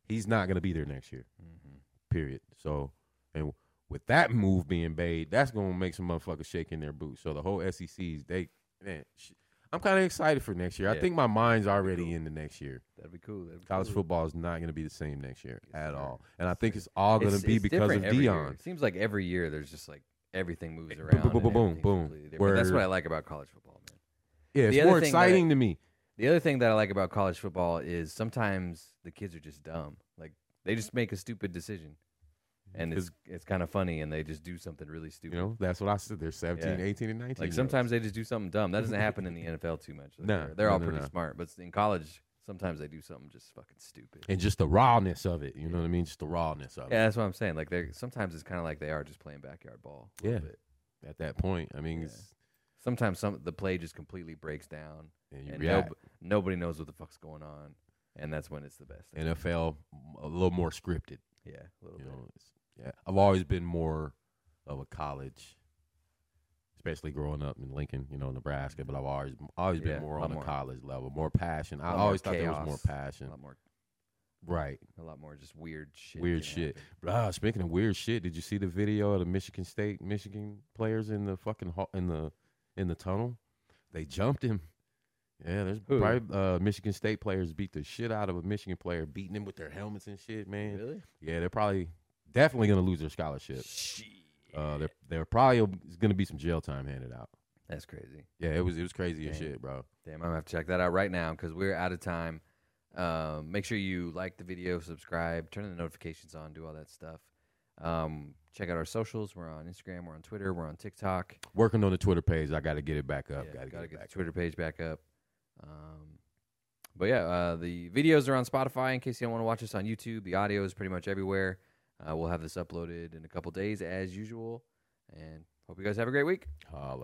[SPEAKER 2] He's not gonna be there next year.
[SPEAKER 1] Mhm.
[SPEAKER 2] Period. So, and with that move being made, that's gonna make some motherfuckers shake in their boots. So the whole SEC's they man, sh- I'm kind of excited for next year. I
[SPEAKER 1] Yeah.
[SPEAKER 2] think my mind's already
[SPEAKER 1] cool.
[SPEAKER 2] in the next year.
[SPEAKER 1] That'd be cool. That'd be
[SPEAKER 2] College
[SPEAKER 1] cool.
[SPEAKER 2] football is not gonna be the same next year
[SPEAKER 1] Yes,
[SPEAKER 2] at
[SPEAKER 1] sir.
[SPEAKER 2] all, and I
[SPEAKER 1] Yes,
[SPEAKER 2] think
[SPEAKER 1] sir.
[SPEAKER 2] it's all gonna be because of
[SPEAKER 1] different every year.
[SPEAKER 2] Dion.
[SPEAKER 1] It seems like every year there's just like everything moves
[SPEAKER 2] Boom,
[SPEAKER 1] around. and
[SPEAKER 2] boom, boom, boom,
[SPEAKER 1] everything's
[SPEAKER 2] boom.
[SPEAKER 1] completely different. That's
[SPEAKER 2] Where-
[SPEAKER 1] what I like about college football, man.
[SPEAKER 2] Yeah,
[SPEAKER 1] The
[SPEAKER 2] it's
[SPEAKER 1] other
[SPEAKER 2] more
[SPEAKER 1] thing that I-
[SPEAKER 2] exciting to me.
[SPEAKER 1] The other thing that I like about college football is sometimes the kids are just dumb. Like they just make a stupid decision, and it's it's kind of funny, and they just do something really
[SPEAKER 2] Mm-hmm. You
[SPEAKER 1] stupid.
[SPEAKER 2] know, that's what I said. They're 17,
[SPEAKER 1] Yeah.
[SPEAKER 2] 18, and 19.
[SPEAKER 1] like sometimes they just do something dumb. That doesn't happen in the NFL too much. Like,
[SPEAKER 2] No,
[SPEAKER 1] they're, they're
[SPEAKER 2] no,
[SPEAKER 1] all
[SPEAKER 2] no,
[SPEAKER 1] pretty
[SPEAKER 2] no.
[SPEAKER 1] smart, but in college sometimes they do something just fucking stupid.
[SPEAKER 2] And just the rawness of it. You know what I mean? Just the rawness of
[SPEAKER 1] Yeah, that's what I'm saying. Like they are sometimes it's kind of like they are just playing backyard ball. a
[SPEAKER 2] it. Yeah.
[SPEAKER 1] little bit.
[SPEAKER 2] At that point, I mean,
[SPEAKER 1] Yeah.
[SPEAKER 2] it's,
[SPEAKER 1] Sometimes some the play just completely breaks down.
[SPEAKER 2] and you
[SPEAKER 1] and
[SPEAKER 2] react.
[SPEAKER 1] nob- nobody knows what the fuck's going on, and that's when it's the best.
[SPEAKER 2] NFL a little more scripted.
[SPEAKER 1] yeah, a little
[SPEAKER 2] You
[SPEAKER 1] bit.
[SPEAKER 2] know, it's, yeah. I've always been more of a college, especially growing up in Lincoln, you know, Nebraska. But I've always always
[SPEAKER 1] Yeah,
[SPEAKER 2] been more
[SPEAKER 1] a
[SPEAKER 2] on
[SPEAKER 1] lot
[SPEAKER 2] a
[SPEAKER 1] more.
[SPEAKER 2] college level, more passion. I
[SPEAKER 1] lot more
[SPEAKER 2] always thought there was more
[SPEAKER 1] chaos,
[SPEAKER 2] passion.
[SPEAKER 1] a lot more,
[SPEAKER 2] Right.
[SPEAKER 1] a lot more just weird shit.
[SPEAKER 2] Weird
[SPEAKER 1] can
[SPEAKER 2] shit.
[SPEAKER 1] happen.
[SPEAKER 2] Ah, speaking of weird shit, did you see the video of the Michigan State Michigan players in the fucking hall, in the in the tunnel? They jumped him. Yeah, there's
[SPEAKER 1] Who?
[SPEAKER 2] probably uh, Michigan State players beat the shit out of a Michigan player, beating him with their helmets and shit, man.
[SPEAKER 1] Really?
[SPEAKER 2] Yeah, they're probably definitely gonna lose their scholarship.
[SPEAKER 1] Shit.
[SPEAKER 2] Uh, they're they're probably gonna be some jail time handed out.
[SPEAKER 1] That's crazy.
[SPEAKER 2] Yeah, it was it was crazy as
[SPEAKER 1] Damn.
[SPEAKER 2] shit, bro.
[SPEAKER 1] Damn, I'm gonna have to check that out right now because we're out of time. Um, make sure you like the video, subscribe, turn the notifications on, do all that stuff. Um, check out our socials. We're on Instagram, we're on Twitter, we're on TikTok.
[SPEAKER 2] Working on the Twitter page, I got to get it back up.
[SPEAKER 1] Yeah,
[SPEAKER 2] got to get
[SPEAKER 1] gotta
[SPEAKER 2] it
[SPEAKER 1] get
[SPEAKER 2] back.
[SPEAKER 1] the Twitter page back up. Um, but yeah, uh, the videos are on Spotify in case you don't want to watch us on YouTube. The audio is pretty much everywhere. Uh, we'll have this uploaded in a couple days as usual. And hope you guys have a great week.
[SPEAKER 2] Holla.